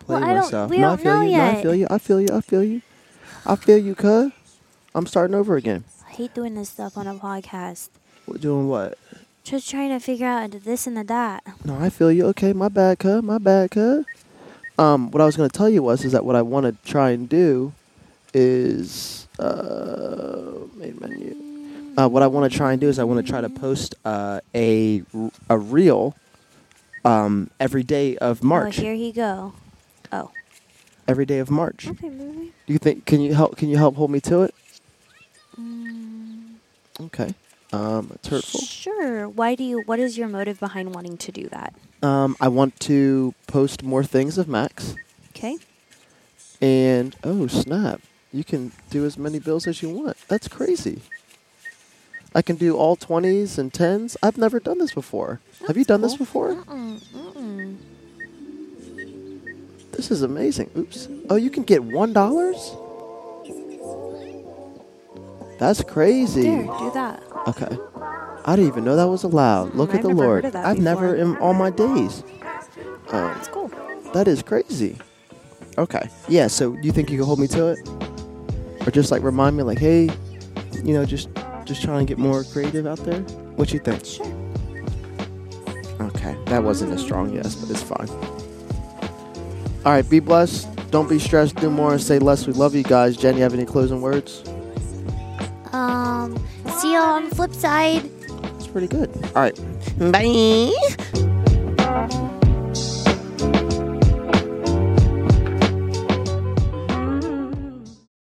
Speaker 6: Well, I
Speaker 3: with
Speaker 6: don't-
Speaker 3: stuff.
Speaker 6: we
Speaker 3: no, I
Speaker 6: don't
Speaker 3: feel
Speaker 6: know
Speaker 3: you. No, I
Speaker 6: yet.
Speaker 3: feel you. I feel you. I feel you. I feel you, cuz. I'm starting over again.
Speaker 6: I hate doing this stuff on a podcast.
Speaker 3: We're doing what?
Speaker 6: Just trying to figure out the this and the that.
Speaker 3: No, I feel you. Okay, my bad, cuz. My bad, cuz. Um, what I was gonna tell you was is that what I want to try and do is uh main menu. Uh, what I want to try and do is I want to try to post uh, a r- a reel um every day of March.
Speaker 6: Oh, here he go. Oh.
Speaker 3: every day of March.
Speaker 6: Okay, baby.
Speaker 3: Do you think can you help can you help hold me to it? Okay. Um it's hurtful.
Speaker 6: Sure. Why do you? What is your motive behind wanting to do that?
Speaker 3: Um I want to post more things of Max.
Speaker 6: Okay.
Speaker 3: And oh snap, you can do as many bills as you want. That's crazy. I can do all 20s and 10s. I've never done this before. Have you done this before? This is amazing. Oops. Oh, you can get $1? That's crazy.
Speaker 6: There, do that.
Speaker 3: Okay. I didn't even know that was allowed. Look
Speaker 6: I've
Speaker 3: at the
Speaker 6: never
Speaker 3: Lord.
Speaker 6: heard of that
Speaker 3: I've never
Speaker 6: before.
Speaker 3: in all my days. Um,
Speaker 6: That's cool.
Speaker 3: That is crazy. Okay. Yeah, so you think you can hold me to it? Or just like remind me like, hey, you know, just just trying to get more creative out there? What you think?
Speaker 6: Sure.
Speaker 3: Okay. That wasn't a strong yes, but it's fine. Alright, be blessed. Don't be stressed. Do more and say less. We love you guys. Jen, you have any closing words?
Speaker 6: Um. See you on flip side.
Speaker 3: It's pretty good. Alright. Bye.